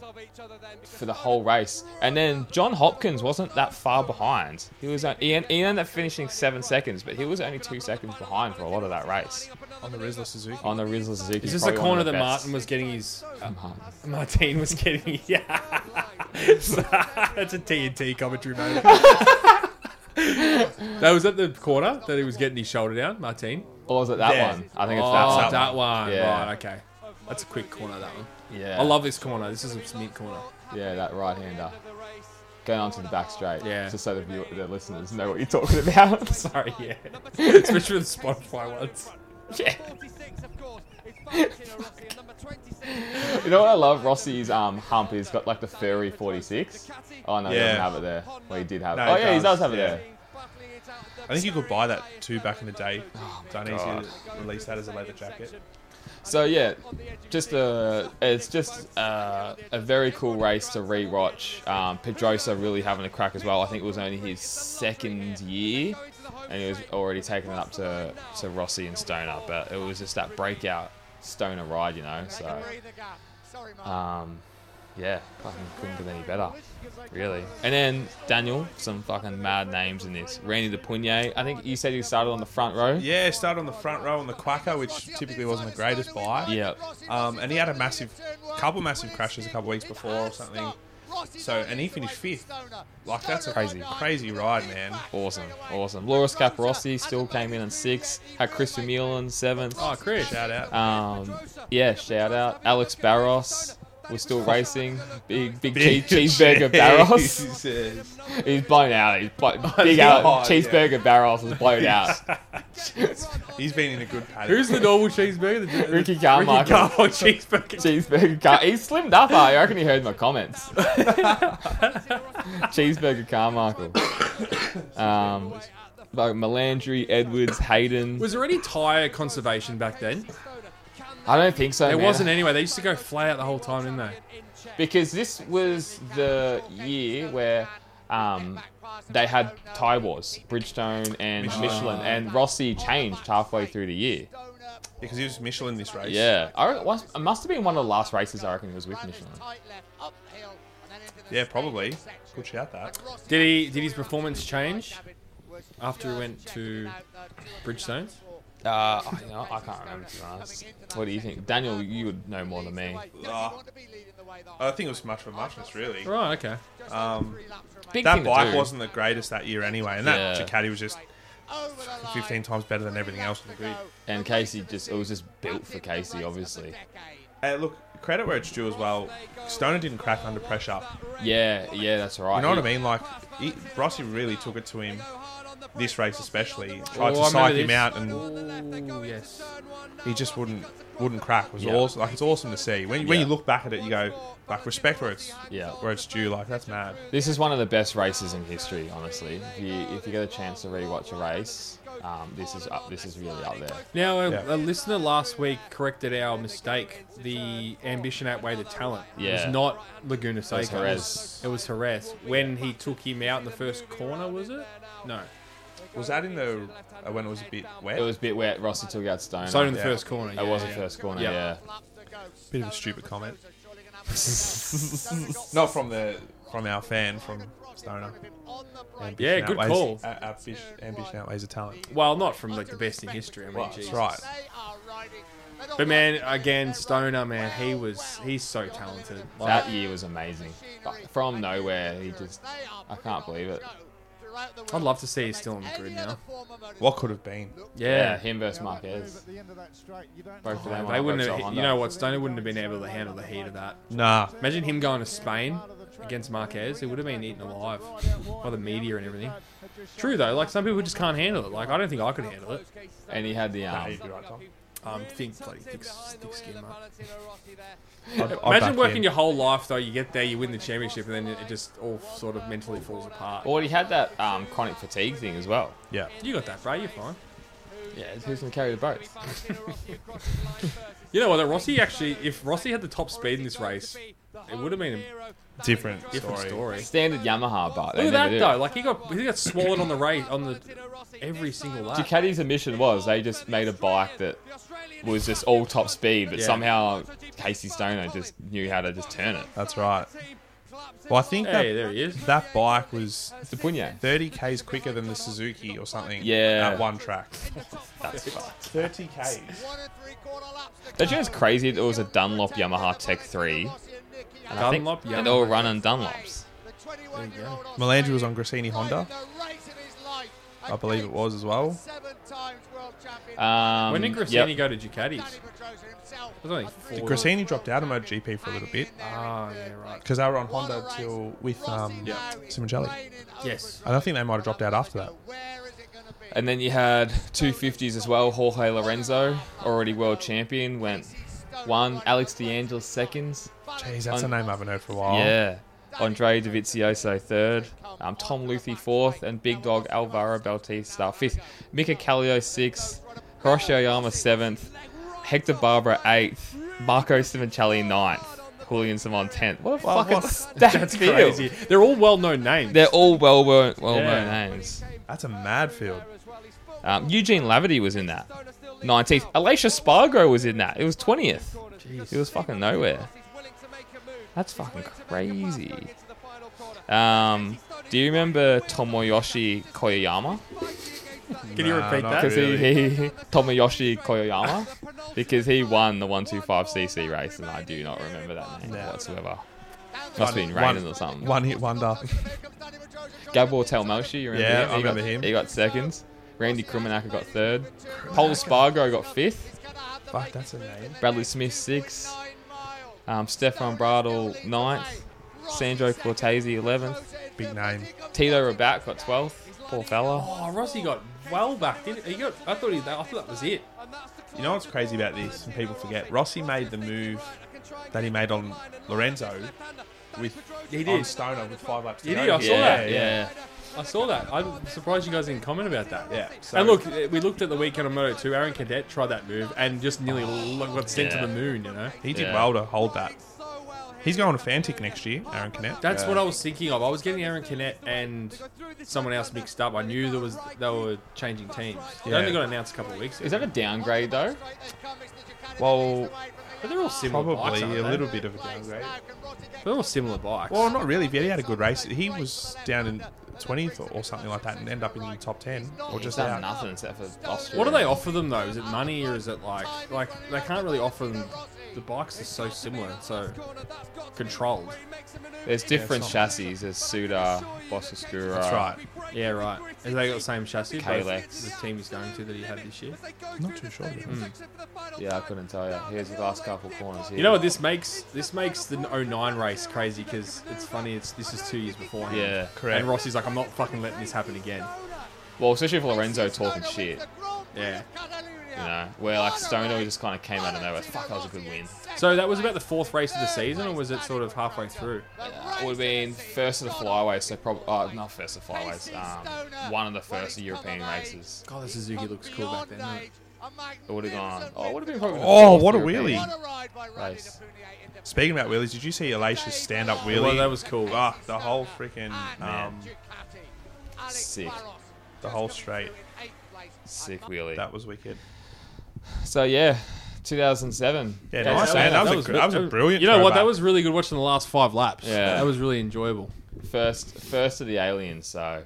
for the whole race. And then John Hopkins wasn't that far behind. He was uh, he, en- he ended up finishing seven seconds, but he was only two seconds behind for a lot of that race
On the Rizla Suzuki.
on the Rizla Suzuki.
Is this the
probably one
corner
of the
that
best.
Martin was getting his?
Martin.
Martin was getting. Yeah, that's a TNT commentary moment. that was at the corner that he was getting his shoulder down, Martin.
Or was it that
Yeah.
one? I think it's
Oh,
that one.
one.
that one.
Yeah.
Right, okay. That's a quick corner, that one.
Yeah.
I love this corner. This is a mid corner.
Yeah, that right hander. Going on to the back straight.
Yeah.
Just so the, view- the listeners know what you're talking about.
Sorry, yeah. Especially with the Spotify ones.
yeah. You know what I love? Rossi's um, hump. He's got like the furry 46. Oh, no, he
Yeah.
doesn't have it there. Well, he did have it.
No,
Oh,
he
yeah, he
does,
does have it
yeah.
there.
I think you could buy that too back in the day. it's uneasy
Oh, God.
to release that as a leather jacket.
So, yeah, just a, it's just a, a very cool race to rewatch. Um, Pedrosa really having a crack as well. I think it was only his second year. and he was already taking it up to, to Rossi and Stoner, but it was just that breakout Stoner ride, you know. So, um, yeah, fucking couldn't get any better, really. And then Daniel, some fucking mad names in this. Randy De Punier, I think you said he started on the front row.
Yeah, started on the front row on the Quacker, which typically wasn't the greatest buy.
Yeah.
Um, and he had a massive, couple massive crashes a couple weeks before or something. So, and he finished fifth. Like, that's a
Crazy.
crazy ride, man.
Awesome, awesome. Laura Scaparossi still came in in sixth. Had Chris Vermeulen seventh.
Oh, Chris.
Shout out.
Um, yeah, shout out Alex Barros. was still racing. Big, big,
Big
cheese, cheeseburger Barros.
Jesus.
He's blown out. He's blo-
Oh,
big out.
God,
Cheeseburger barrels is blown out.
He's been in a good paddock.
Who's the normal cheeseburger? The- the-
Ricky Carmichael.
Carmichael cheeseburger.
Cheeseburger car. He slimmed up. eh? I reckon he heard my comments. Cheeseburger Carmichael. Um, like Melandry, Edwards, Hayden.
Was there any tyre conservation back then?
I don't think so.
There
man.
wasn't anyway. They used to go flat out the whole time, didn't they?
because this was the year where um, they had tie wars, Bridgestone and
Uh,
Michelin, and Rossi changed halfway through the year.
Because he was Michelin this race.
Yeah, I reckon, it was- it must have been one of the last races I reckon he was with Michelin.
Yeah, probably. Good shout that.
Did he? Did his performance change after he went to Bridgestone?
Uh, I, you know, I can't remember to be honest. What do you think, Daniel? You would know more than me.
Ah. I think it was much for muchness, really.
Right. Okay.
Um,
Big
that
thing to
bike
do.
wasn't the greatest that year anyway, and that
Yeah.
Ducati was just 15 times better than everything else in the group.
And Casey just it was just built for Casey, obviously.
Uh, look, credit where it's due as well. Stoner didn't crack under pressure.
Yeah, yeah, that's right.
You know what I
He-
mean? Like, he, Rossi really took it to him this race especially, tried
Oh, I
to psych
remember
him
this.
out and
Ooh, yes.
he just wouldn't wouldn't crack. It was
Yeah.
awesome. Like it's awesome to see. When, when you
Yeah.
look back at it, you go like respect where it's
Yeah.
where it's due. Like that's mad.
This is one of the best races in history, honestly. If you if you get a chance to rewatch a race, um, this is up, this is really up there.
Now, a,
Yeah.
a listener last week corrected our mistake. The ambition outweighed the talent. It
Yeah.
was not Laguna Seca.
Jerez.
It was Jerez. When he took him out in the first corner, was it? No.
Was that in the uh, when it was a bit wet?
It was a bit wet. Rossi took out Stoner.
It's only in the
Yeah.
first corner.
It was the first corner.
Yeah.
Yeah.
Bit of a stupid comment. Not from the from our fan from Stoner.
Yeah, good
Outweighs-
call.
uh, Our fish, ambition outweighs a talent.
Well, not from like the best in history. I mean,
Well, that's
Jesus.
right.
But man, uh, again, Stoner, man, he was he's so talented. Like,
That year was amazing. But from nowhere, he just I can't believe it.
I'd love to see he's still on the grid now.
What could have been?
Yeah,
Yeah.
him versus Marquez. Both of them.
They
on
wouldn't
Repsol
have,
Honda.
you know what, Stoner wouldn't have been able to handle the heat of that.
Nah.
Imagine him going to Spain against Marquez. He would have been eaten alive by the media and everything. True though, like some people just can't handle it. Like I don't think I could handle it.
And he had the
Nah,
um,
you'd be right, Tom.
Um, think bloody thick, thick skin, mate.
I'd- I'd
Imagine
back
working
him.
your whole life though. You get there, you win the championship, and then it just all sort of mentally falls apart.
Well, he had that um, chronic fatigue thing as well.
Yeah.
You got that, bro. You're fine.
Yeah, who's gonna carry the boat?
You know what? That Rossi actually, if Rossi had the top speed in this race, it would have been a
Different.
different
story.
story.
Standard Yamaha, but they
Look
never
at that
do.
though. Like he got he got swallowed on the race on the every single lap.
Ducati's admission was they just made a bike that was just all top speed, but
Yeah.
somehow Casey Stoner just knew how to just turn it.
That's right. Well, I think
Hey,
that
there he is.
that bike was
It's the Punya.
30 k's quicker than the Suzuki or something.
Yeah.
At one track.
That's fucked.
30 k's.
Don't you know it's crazy that it was a Dunlop Yamaha Tech 3? And I think-
Dunlop,
And they were
Yamaha.
running Dunlops.
Melandri was on Grassini Honda. I believe it was as well.
Um,
When did
yep.
Grassini go to Ducatis? was only four.
Did Grassini dropped out of MotoGP for a little bit
Ah, yeah, right.
because they were on Honda till with um, Simoncelli.
Yes.
And I think they might have dropped out after that.
And then you had 250s as well. Jorge Lorenzo, already world champion, went one. Alex DeAngelo seconds.
Jeez, that's
On-
a name I haven't heard for a while.
Yeah. Andre Davizioso third, um, Tom Luthi fourth, and Big Dog Alvaro Bautista fifth, Mika Kallio sixth, Hiroshi Oyama seventh, Hector Barbara eighth, Marco Simoncelli ninth, Julian Simon tenth. What a
Wow,
fucking
what-
stacked
That's
field.
crazy. They're all well-known names.
They're all well well well known
Yeah.
names.
That's a mad field.
Um, Eugene Laverty was in that. 19th. Alicia Spargo was in that. It was 20th. It was fucking nowhere. That's fucking crazy. Um, do you remember Tomoyoshi Koyama?
Can you
Nah,
repeat
not
that?
Because he,
really.
he Tomoyoshi Koyama, because he won the 125cc race, and I do not remember that name
Nah.
whatsoever. Must have been
One-
raining or something.
One hit wonder.
Gabor Telmoshi, you remember
Yeah,
him?
I
He got-
remember him.
He got seconds. Randy Krumanaka got third. Paul Spargo got fifth.
Fuck, that's a name.
Bradley Smith sixth. Um, Stefan Bradl ninth. Sandro Cortese eleventh.
Big name.
Tito Rabat got twelfth. Poor fella.
Oh, Rossi got well back. Didn't he? he got, I thought he. I thought that was it.
You know what's crazy about this, and people forget? Rossi made the move that he made on Lorenzo with
He
on
did.
Stoner with five laps to
He
go.
did, I saw
Yeah,
that.
yeah.
I saw that. I'm surprised you guys didn't comment about that.
Yeah, so-
and look, we looked at the weekend on Moto 2. Aaron Cadet tried that move and just nearly lo- got sent
Yeah.
to the moon. You know.
He did
Yeah.
well to hold that. He's going to Fantic next year, Aaron Canet.
That's what I was thinking of. I was getting Aaron Canet and someone else mixed up. I knew there was they were changing teams. They
Yeah.
only got announced a couple of weeks ago.
Is that a downgrade though?
Well,
But they're all similar
probably
bikes. aren't
a
they?
little bit of a downgrade.
They're all similar bikes.
Well, not really. But he had a good race. He was down in 20th or- or something like that and ended up in the top 10 or just
He's done
out.
nothing except for Austria.
What do they offer them though? Is it money or is it like like they can't really offer them? The bikes are so similar, and so controlled.
There's different
not-
chassis. There's Suda, Bossascura.
That's right.
Yeah, right. Has they got the same chassis? both
Kalex.
The team he's going to that he had this year. Hmm.
Not too sure.
Yeah, I couldn't tell you. Here's the last couple corners here.
You know what this makes? This makes the 09 race crazy because it's funny. It's this is two years beforehand.
Yeah.
Correct.
And Rossi's like, I'm not fucking letting this happen again.
Well, especially with Lorenzo talking shit.
Yeah.
You know, where like Stoner just kind of came out of nowhere. Fuck, that was a good win.
So that was about the fourth race of the season, or was it sort of halfway through?
Uh, it would have been first of the flyaways, so probably uh, not first of the flyaways, um, one of the first European races.
God, the Oh, Suzuki looks cool back then. doesn't it?
It would have gone. Oh, it would have been probably. the
Oh,
fourth
what a
European.
wheelie.
Oh.
Nice.
Speaking about wheelies, did you see Alicia's stand up wheelie?
Well, that was cool.
Ah, the whole freaking um,
Sick.
the whole straight.
Sick wheelie.
That was wicked.
So yeah, 2007.
Yeah,
That's
nice
the
man. That
first-
was, a, good- that was a brilliant.
uh, You know what? That
throwback.
was really good watching the last five laps.
Yeah.
That was really enjoyable.
first, first of the aliens. So,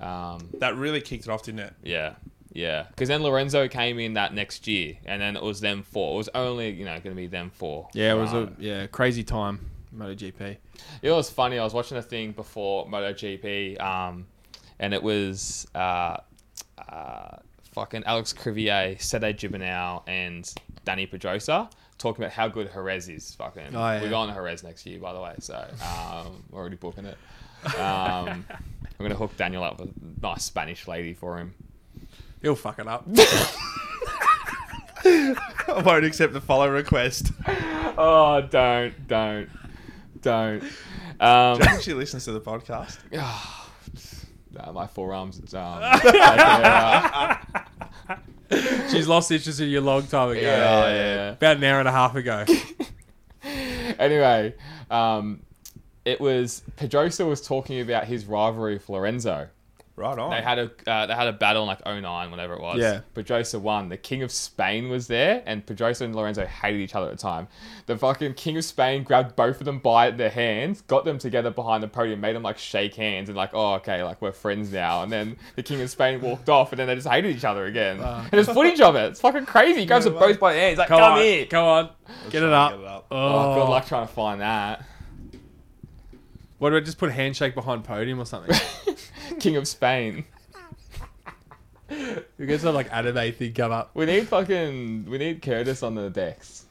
um,
that really kicked it off, didn't it?
yeah, yeah. Because then Lorenzo came in that next year, and then it was them four. It was only you know going to be them four.
Yeah, it was
Um,
a yeah crazy time. MotoGP.
It was funny. I was watching a thing before MotoGP, um, and it was uh, uh, fucking Alex Crivier, Sede Gibernau, and Danny Pedrosa talking about how good Jerez is. Fucking,
Oh, yeah.
we're going to Jerez next year, by the way. So um, we're already booking it. Um, I'm gonna hook Daniel up with a nice Spanish lady for him.
He'll fuck it up.
I won't accept the follow request.
Oh, don't, don't, don't. Um,
Jack actually listens to the podcast.
nah, my forearms. It's, um, taking it out.
She's lost interest in you a long time ago.
Yeah, yeah, yeah.
About an hour and a half ago.
anyway, um, it was Pedrosa was talking about his rivalry with Lorenzo.
Right on.
They had a uh, they had a battle in like 09, whatever it was.
Yeah.
Pedrosa won. The King of Spain was there, and Pedrosa and Lorenzo hated each other at the time. The fucking King of Spain grabbed both of them by their hands, got them together behind the podium, made them like shake hands and like, oh okay, like we're friends now. And then the King of Spain walked off, and then they just hated each other again. And there's footage of it. It's fucking crazy. He grabs them both by the hands, like come,
on,
here.
come on, get it up.
Get it up.
Oh, good luck trying to find that.
What do I just put handshake behind podium or something?
King of Spain.
We get some like anime thing come up.
We need fucking. We need Curtis on the decks.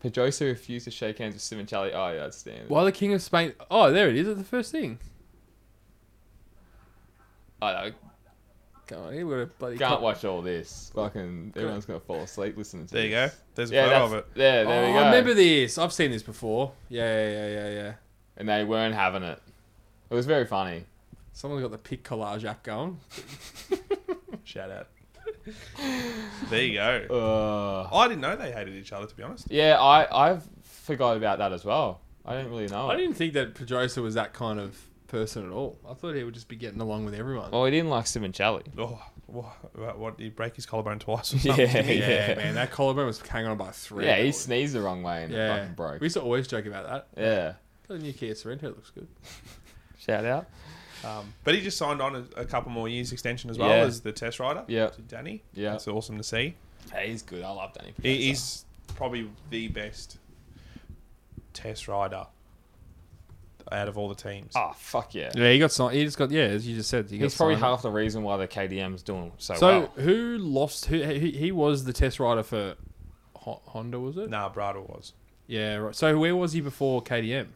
Pedrosa refused to shake hands with Simoncelli. Oh yeah, that's standard.
Why the King of Spain? Oh, there it is. It's the first thing.
I know.
Come on, here, we're a bloody.
Can't watch all this. Fucking everyone's gonna fall asleep listening to
there you go.
this.
There's a
Yeah,
photo
that's,
of it.
yeah, there
oh,
we go.
I remember this. I've seen this before. Yeah, yeah, yeah, yeah, yeah.
And they weren't having it. It was very funny.
Someone's got the pic collage app going.
Shout out. There you go.
Uh,
I didn't know they hated each other, to be honest.
yeah, I I forgot about that as well. I didn't really know.
I
it.
didn't think that Pedrosa was that kind of person at all. I thought he would just be getting along with everyone.
Well, he didn't like Simoncelli.
Oh, what, what did he break his collarbone twice? Or
Yeah,
something?
yeah,
yeah,
yeah.
man, that collarbone was hanging on by a thread.
yeah
That
he
was-
sneezed the wrong way and it
yeah.
fucking broke.
We used to always joke about that.
Yeah.
Got a new Kia Sorento. It looks good.
Shout out.
Um, but he just signed on a, a couple more years extension as well
Yeah.
as the test rider.
Yeah.
to Danny.
Yeah.
it's awesome to see.
Hey, he's good. I love Danny. Pedrosa.
He is probably the best test rider out of all the teams.
Oh fuck yeah.
Yeah, he got signed. He just got yeah, as you just said. He got
He's probably
signed.
half the reason why the KDM's doing so,
Oh,
So
well.
who lost? Who he, he was the test rider for Ho- Honda? Was it?
Nah, Brada was.
Yeah. Right. So where was he before KDM?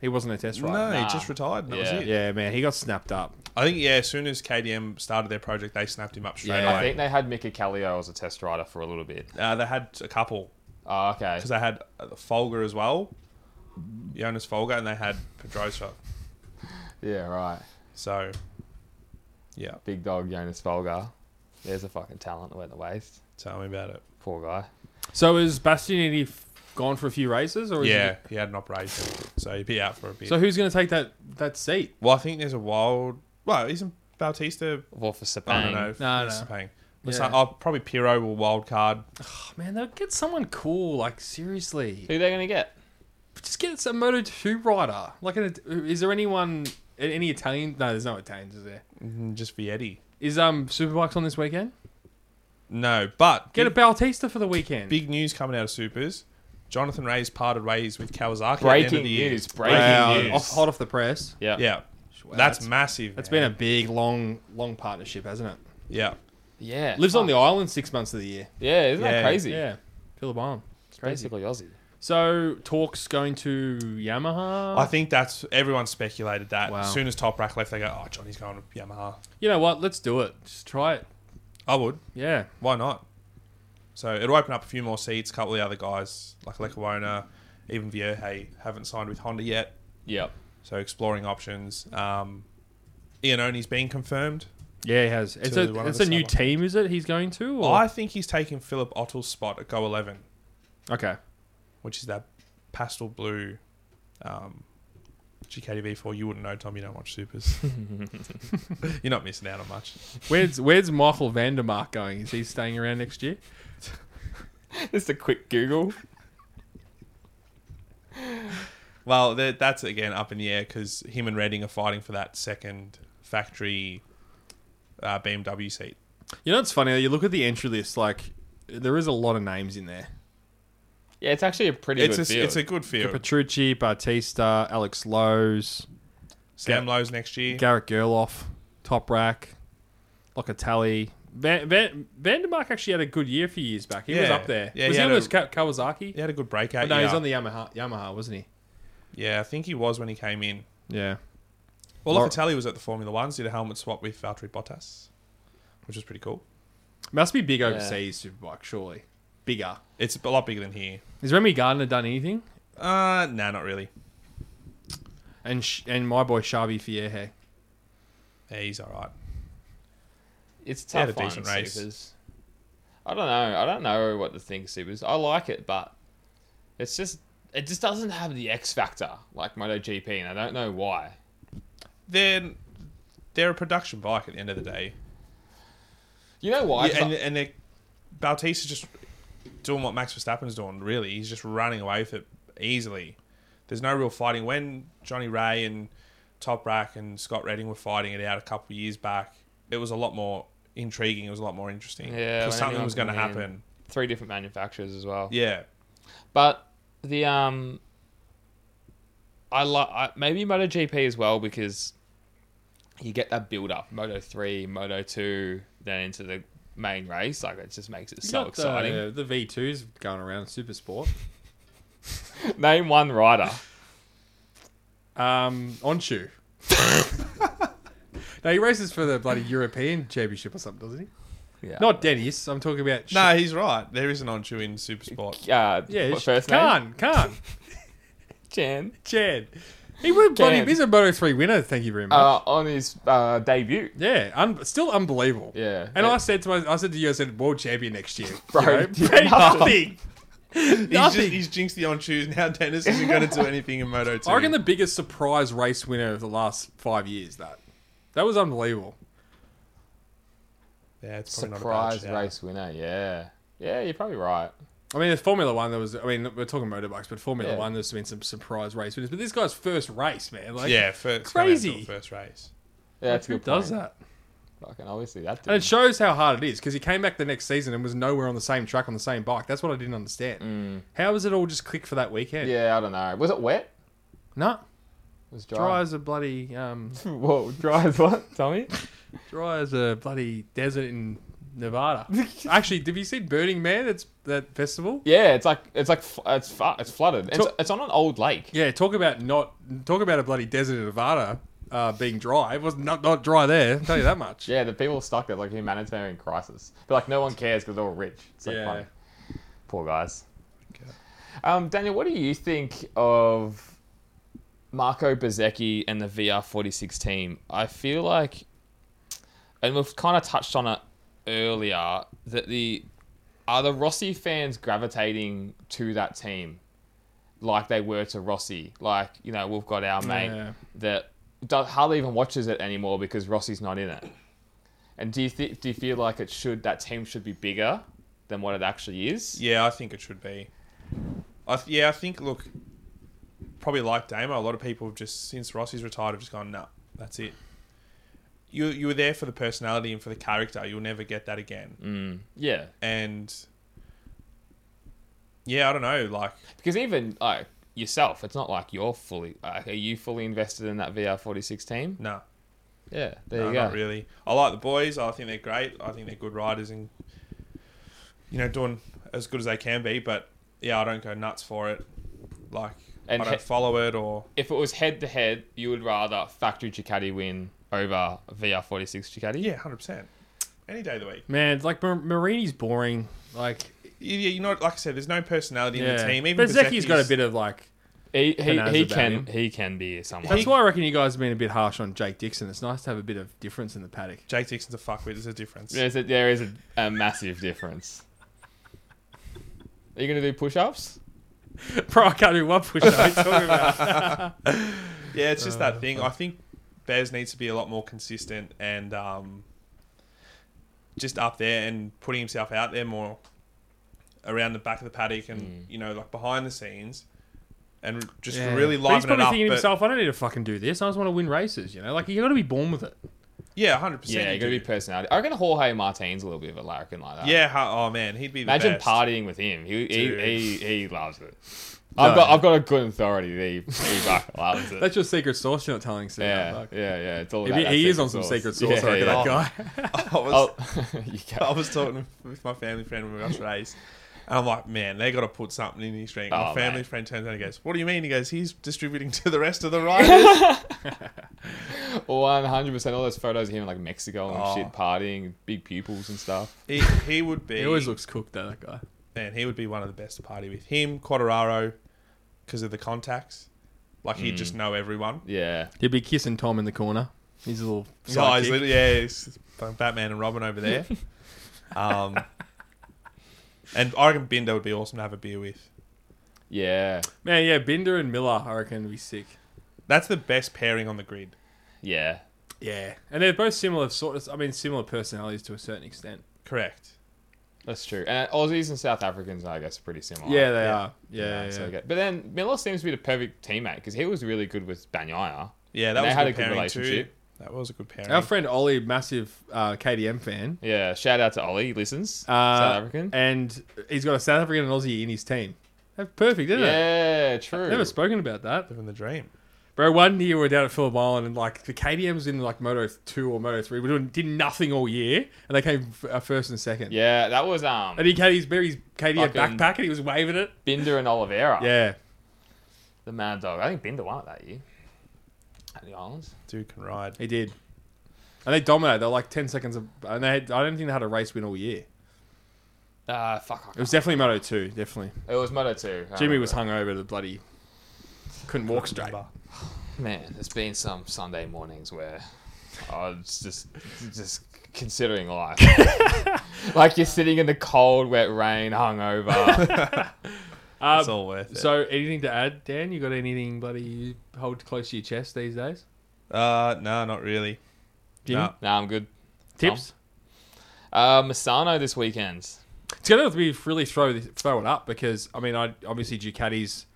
He wasn't a test rider.
No,
Nah.
he just retired. And That
Yeah.
was it.
Yeah, man, he got snapped up.
I think yeah. As soon as KDM started their project, they snapped him up straight
Yeah.
I
away.
think they had Mika Callio as a test rider for a little bit.
uh, they had a couple
Oh, okay.
because they had uh, Folger as well, Jonas Folger, and they had Pedrosa.
Yeah, right.
So, yeah,
Big dog Jonas Volga. There's a fucking talent went to waste.
tell me about it.
Poor guy.
So is Bastianini f- gone for a few races, or is
Yeah, he had an operation, so he'd be out for a
He,
bit.
so who's going to take that that seat?
well, I think there's a wild. Well, isn't Bautista?
Well, for Sepang.
I don't know.
No,
it's
no.
Paying.
Yeah.
I'll probably Piro will wild card.
Oh, man, they'll get someone cool. Like seriously,
Who they gonna get?
just get some Moto Two rider. Like, an, is there anyone? Any Italian? No, there's no Italians, is there?
Mm, Just Vietti.
Is um Superbikes on this weekend?
No, but
Get a
big,
Bautista for the weekend.
big news coming out of supers. Jonathan Ray's parted ways with Kawasaki. at the end of
Breaking
the year.
news. Breaking
wow,
news.
off, hot off the press.
yeah. yeah.
Yeah,
Wow,
that's,
that's-
massive.
That's
man.
been a big, long, long partnership, hasn't it?
yeah.
Yeah.
Lives on the
Fuck.
island six months of the year.
Yeah, isn't
Yeah.
that crazy?
Yeah, Philip Island.
It's basically Aussie.
So talks going to Yamaha.
I think that's everyone speculated that.
Wow.
As soon as Top Rack left, they go, "Oh, Johnny's going to Yamaha."
you know what? Let's do it. Just try it.
I would.
Yeah.
Why not? So it'll open up a few more seats. A couple of the other guys like Lekawona, even Vierge haven't signed with Honda yet.
Yep.
So exploring options. Um, Ian Oni's been confirmed.
Yeah, he has. It's
To
a
one of
it's
the
a new
summer.
team, is it? He's going to. Or?
I think he's taking Philip Ottle's spot at Go Eleven,
okay.
which is that pastel blue um, GKTV four. You wouldn't know, Tom. You don't watch supers. You're not missing out on much.
Where's Where's Michael Vandermark going? Is he staying around next year?
Just a quick Google.
Well, that that's again up in the air because him and Redding are fighting for that second factory uh, BMW seat.
You know, it's funny. You look at the entry list. Like, there is a lot of names in there.
Yeah, it's actually a pretty
It's
good
a,
field.
it's a good field.
Petrucci, Bartista, Alex Lowe's,
Sam Lowe's next year.
Garrett Gerloff, Top Rack, Locatelli. Van, Van, Vandermark actually had a good year a few years back. He was
Yeah.
up there.
Yeah,
was
he
he,
had
on
a-
this Ka- Kawasaki?
He had a good
Oh,
breakout.
no,
year.
he's on the Yamaha, Yamaha, wasn't he?
yeah, I think he was when he came in.
Yeah.
Well,
Or-
Locatelli was at the Formula Ones, did a helmet swap with Valtteri Bottas, which was pretty cool.
Must be big overseas Superbike, surely. Bigger.
It's a lot bigger than here.
Has Remy Gardner done anything?
Uh, nah, not really.
And sh- and my boy Shabi Fierhe.
Yeah, he's all right.
It's
They had
tough
a decent
one,
race.
Supers. I don't know. I don't know what to think, of Supers. I like it, but it's just it just doesn't have the X factor like MotoGP, and I don't know why.
They're, they're a production bike at the end of the day.
You know why?
Yeah,
'Cause
and
I-
and they're, Bautista's just doing what Max Verstappen's doing, really. He's just running away with it easily. There's no real fighting. When Johnny Ray and Top Rack and Scott Redding were fighting it out a couple of years back, it was a lot more intriguing. It was a lot more interesting.
Yeah,
'Cause
when
something
anyone
was going to
can win.
happen.
three different manufacturers as well.
Yeah.
But the um, I like maybe MotoGP as well because you get that build up, Moto three, Moto two, then into the main race. Like it just makes it so exciting.
The, the V2's going around Super Sport.
Name one rider.
Um, Onshu. no, he races for the bloody European Championship or something, doesn't he?
Yeah. Uh,
Not Dennis. I'm talking about.
No, he's right. There is an Onshu in Supersport.
Uh,
Yeah,
yeah, first name?
Khan. Khan.
Jan.
Chad. He would bloody.
Chad.
He's a Moto 3 winner, thank you very much.
Uh, on his uh, debut.
yeah, un- still unbelievable.
Yeah.
And
Yeah.
I said to my, I said to you, I said world champion next year.
Bro,
you know?
did
Pretty
nothing.
nothing.
He's, just, he's jinxed the Onshus. Now Dennis isn't going to do anything in Moto 2.
I reckon the biggest surprise race winner of the last five years. That that was unbelievable.
yeah, it's probably
Surprise
not a bad shout.
race winner. Yeah. Yeah, you're probably right.
I mean, the Formula One. There was. I mean, we're talking motorbikes, but Formula
Yeah.
One. There's been some surprise race winners, but this guy's first race, man. Like,
Yeah, first,
Crazy.
crazy. First race.
Yeah, that's a
who
good
does
point.
that?
Fucking obviously that
And it
dude.
shows how hard it is because he came back the next season and was nowhere on the same track on the same bike. That's what I didn't understand.
Mm.
How was it all just click for that weekend?
Yeah, I don't know. Was it wet?
No,
It was
dry
dry.
as a bloody um,
Whoa, dry as what? Tommy?
dry as a bloody desert in Nevada. Actually, have you seen Burning Man? That's that festival.
Yeah, it's like it's like fl- it's fu- it's flooded. It's,
To-
it's on an old lake.
Yeah, talk about not talk about a bloody desert in Nevada uh, being dry. It was not not dry there. I'll tell you that much.
Yeah, the people stuck there like humanitarian crisis. But like no one cares because they're all rich. It's like
Yeah.
funny. Poor guys. Um, Daniel, what do you think of Marco Bezecchi and the VR46 team? I feel like, and we've kind of touched on it earlier, that the are the Rossi fans gravitating to that team like they were to Rossi? Like, you know, we've got our mate
Yeah.
that do- hardly even watches it anymore because Rossi's not in it. And do you thi- do you feel like it should that team should be bigger than what it actually is?
Yeah, I think it should be. I th- yeah, I think look, probably like Damo, a lot of people have just since Rossi's retired have just gone, nah, that's it. You you were there for the personality and for the character. You'll never get that again.
Mm. Yeah,
And yeah, I don't know. Like
because even like yourself, it's not like you're fully. Like, are you fully invested in that VR forty six team?
nah,
Yeah, there
no,
you go.
not really. I like the boys. I think they're great. I think they're good riders and you know doing as good as they can be. But yeah, I don't go nuts for it. Like
And
I don't
he-
follow it or
If it was head to head, you would rather factory Ducati win over VR46 Ducati?
yeah, hundred percent. Any day of the week.
Man, it's like Mar- Marini's boring. Like,
Yeah, you know, like I said, there's no personality in the
yeah.
team. Even
but Zeki's got a
Bezzecchi's-
bit of like.
He, he,
Canaz
he
about
can
him.
he can be someone.
That's why I reckon you guys have been a bit harsh on Jake Dixon. It's nice to have a bit of difference in the paddock.
Jake Dixon's a fuckwit. There's a difference.
There's a, there is a, a massive difference. Are you going to do push ups?
Bro, I can't do one push up. What are you talking about?
Yeah, it's just that thing. I think Bears needs to be a lot more consistent and um, just up there and putting himself out there more around the back of the paddock and
Mm.
you know like behind the scenes and just
Yeah.
really
But He's
liven it
probably
up.
thinking to
but-
himself, I don't need to fucking do this. I just want to win races, you know? Like, you got to be born with it.
yeah, hundred percent.
Yeah, you got to be personality. I reckon Jorge Martin's a little bit of a larrikin like that.
Yeah, ho- oh man, he'd be the
Imagine
best.
partying with him. He he,
Dude.
he, he loves it. I've got I've got a good authority that he, he back loves it.
That's your secret sauce you're not telling us.
yeah, yeah, yeah. It's all
He,
about that
he is on some
sauce.
secret sauce, I reckon, that guy.
I was,
Oh, you go.
I was talking with my family friend when we watched race. And I'm like, man, they got to put something in his drink. my
Oh,
family
mate.
friend turns around and goes, "What do you mean?" He goes, "He's distributing to the rest of the riders."
100%. All those photos of him in like Mexico and
Oh.
shit, partying, big pupils and stuff.
he, he would be.
He always looks cooked, though, that guy.
man, he would be one of the best to party with. Him, Quadraro, because of the contacts. Like, he'd
Mm.
just know everyone.
Yeah.
He'd be kissing Tom in the corner. He's a little.
So he's
sidekick.
literally, yeah, he's Batman and Robin over there. um, and I reckon Binder would be awesome to have a beer with.
Yeah.
Man, yeah, Binder and Miller, I reckon, would be sick.
That's the best pairing on the grid.
Yeah.
Yeah, and they're both similar sort of. I mean, similar personalities to a certain extent.
Correct.
That's true. And Aussies and South Africans, I guess, are pretty similar.
yeah, they
Oh, yeah.
are. Yeah,
You know,
yeah.
so we get- but then Miller seems to be the perfect teammate because he was really good with Banyaya.
Yeah, that
And they
was
had
a
a
good
good
pairing
relationship.
too. That was a good pairing.
Our friend Ollie, massive uh, KDM fan,
Yeah, shout out to Ollie. He listens.
uh,
South African.
and he's got a South African and Aussie in his team. That's perfect, isn't it?
Yeah, true.
Never spoken about that,
Living the dream.
bro. One year we were down at Phillip Island, and like the KDM's in like Moto two or Moto three. We doing did nothing all year, and they came f- uh, first and second.
yeah, that was um
and he had his very KDM
Fucking- Ah.
backpack, and he was waving it.
Binder and Oliveira.
Yeah,
The mad dog. I think Binder won it that year. At the Islands.
Dude can ride.
He did. And they dominated. They were like 10 seconds. Of, and they had, I don't think they had a race win all year.
Uh, fuck. I
It was definitely Moto 2, definitely.
can't- It was Moto 2. I
Jimmy
remember.
was hungover to bloody. Couldn't walk straight.
Remember.
Man, there's been some Sunday mornings where I was just just considering life. like you're sitting in the cold, wet rain, hungover.
Uh,
It's
Um,
all worth it.
So, anything to add, Dan? You got anything bloody you hold close to your chest these days?
uh, no, not really.
Jimmy?
No.
nah, I'm good.
Tips?
Uh, Misano this weekend.
It's going to have to be really throw, this, throw it up because, I mean, I obviously Ducati's.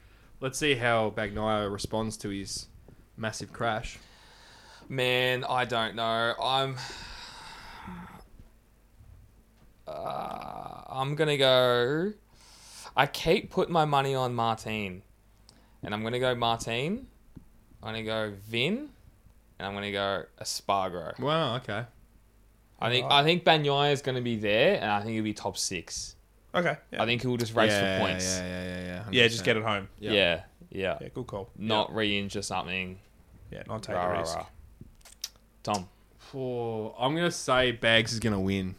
Let's see how Bagnaia responds to his massive crash.
Man, I don't know. I'm. Uh, I'm gonna go. I keep putting my money on Martine, and I'm gonna go Martine. I'm gonna go Vin, and I'm gonna go Espargaro.
Wow, okay.
I think I think Banyaya is going to be there, and I think he'll be top six.
Okay. Yeah.
I think he'll just race
yeah,
for points.
Yeah, yeah, yeah. Yeah,
yeah, just get it home.
Yeah,
Yeah.
yeah,
Yeah, good call.
Not re-injure something.
Yeah, not take
Rah,
the
rah,
risk.
rah. Tom,
Oh, I'm gonna say Bags is gonna win.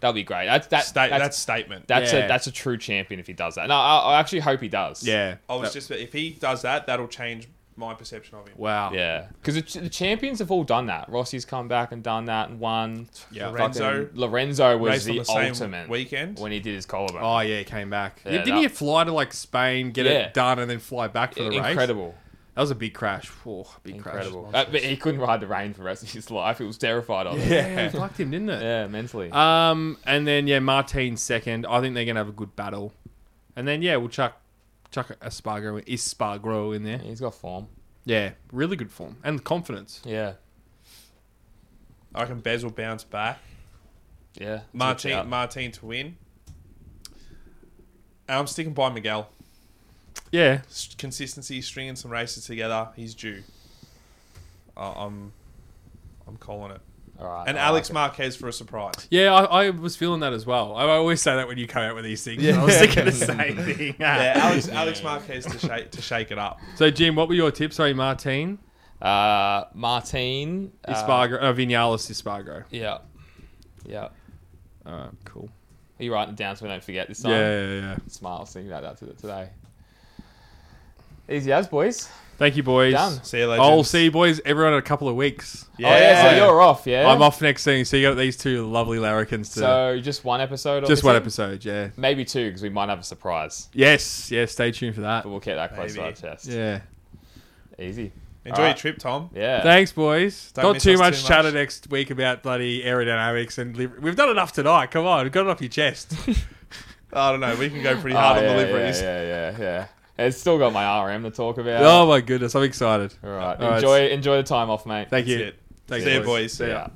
that'll be great. That's that,
State, that's,
that's that's,
statement.
a
yeah.
that's a true champion if he does that. No, I, I actually hope he does.
Yeah.
I was just if he does that, that'll change my perception of him.
wow.
yeah, because the, ch- the champions have all done that. Rossi's come back and done that and won.
Yeah.
Lorenzo
Fucking Lorenzo was
raced on
the,
the same
ultimate
weekend.
when he did his collarbone.
Oh yeah, he came back.
Yeah,
Didn't he
that-
fly to like Spain, get
Yeah.
it done, and then fly back for the race?
Incredible.
That was a big crash. Whoa, big
Incredible.
crash.
Uh, but he couldn't ride the rain for the rest of his life. It was terrified of him.
Yeah, it fucked him, didn't it?
Yeah, mentally.
Um, and then yeah, Martin second. I think they're gonna have a good battle. And then yeah, we'll chuck chuck Espargaro Espargaro in there.
He's got form.
Yeah, really good form and confidence.
Yeah.
I reckon Bez will bounce back.
Yeah.
Martin, Martin to win. And I'm sticking by Miguel.
Yeah,
S- Consistency, stringing some races together. He's due. I I'm, I'm calling it.
All right.
and
I
Alex
like
Marquez for a surprise.
Yeah, I, I was feeling that as well. I always say that when you come out with these things. I was
Yeah.
thinking the same thing.
Ah.
Yeah, Alex Alex Marquez to shake to shake it up.
So, Jim, what were your tips? Sorry, Martin.
it. Uh, Martin. uh,
Espargo. Uh, Vinales Espargo.
Yeah. Yeah. Are
All right, cool.
you writing it down so we don't forget this time?
Yeah, yeah, yeah.
Smart. I was thinking about that today. Easy as, boys. Oh,
Thank you, boys.
Done.
See you later.
I'll see you, boys, everyone in a couple of weeks.
Yeah.
Oh, yeah, so you're off, yeah?
I'm off next scene, so you got these two lovely larrikins to.
So just one episode? Or
just
is
one
it-
episode, yeah.
Maybe two, because we might have a surprise.
Yes, yeah, stay tuned for that.
But we'll keep that close to
Maybe.
our chest.
Yeah.
Easy.
Enjoy
Alright.
your trip, Tom.
Yeah.
Thanks, boys.
Don't
Not
miss
too
us
much,
too
chatter
much.
next week about bloody aerodynamics and liver- we've done enough tonight. Come on, got it off your chest.
I don't know. We can go pretty
Oh,
hard
yeah,
on deliveries.
Yeah, yeah, yeah, yeah. It's still got my RM to talk about.
oh my goodness, I'm excited.
All right.
All right.
Enjoy enjoy the time off, mate.
Thank
That's
you.
it.
Thank
See you, boys.
See ya.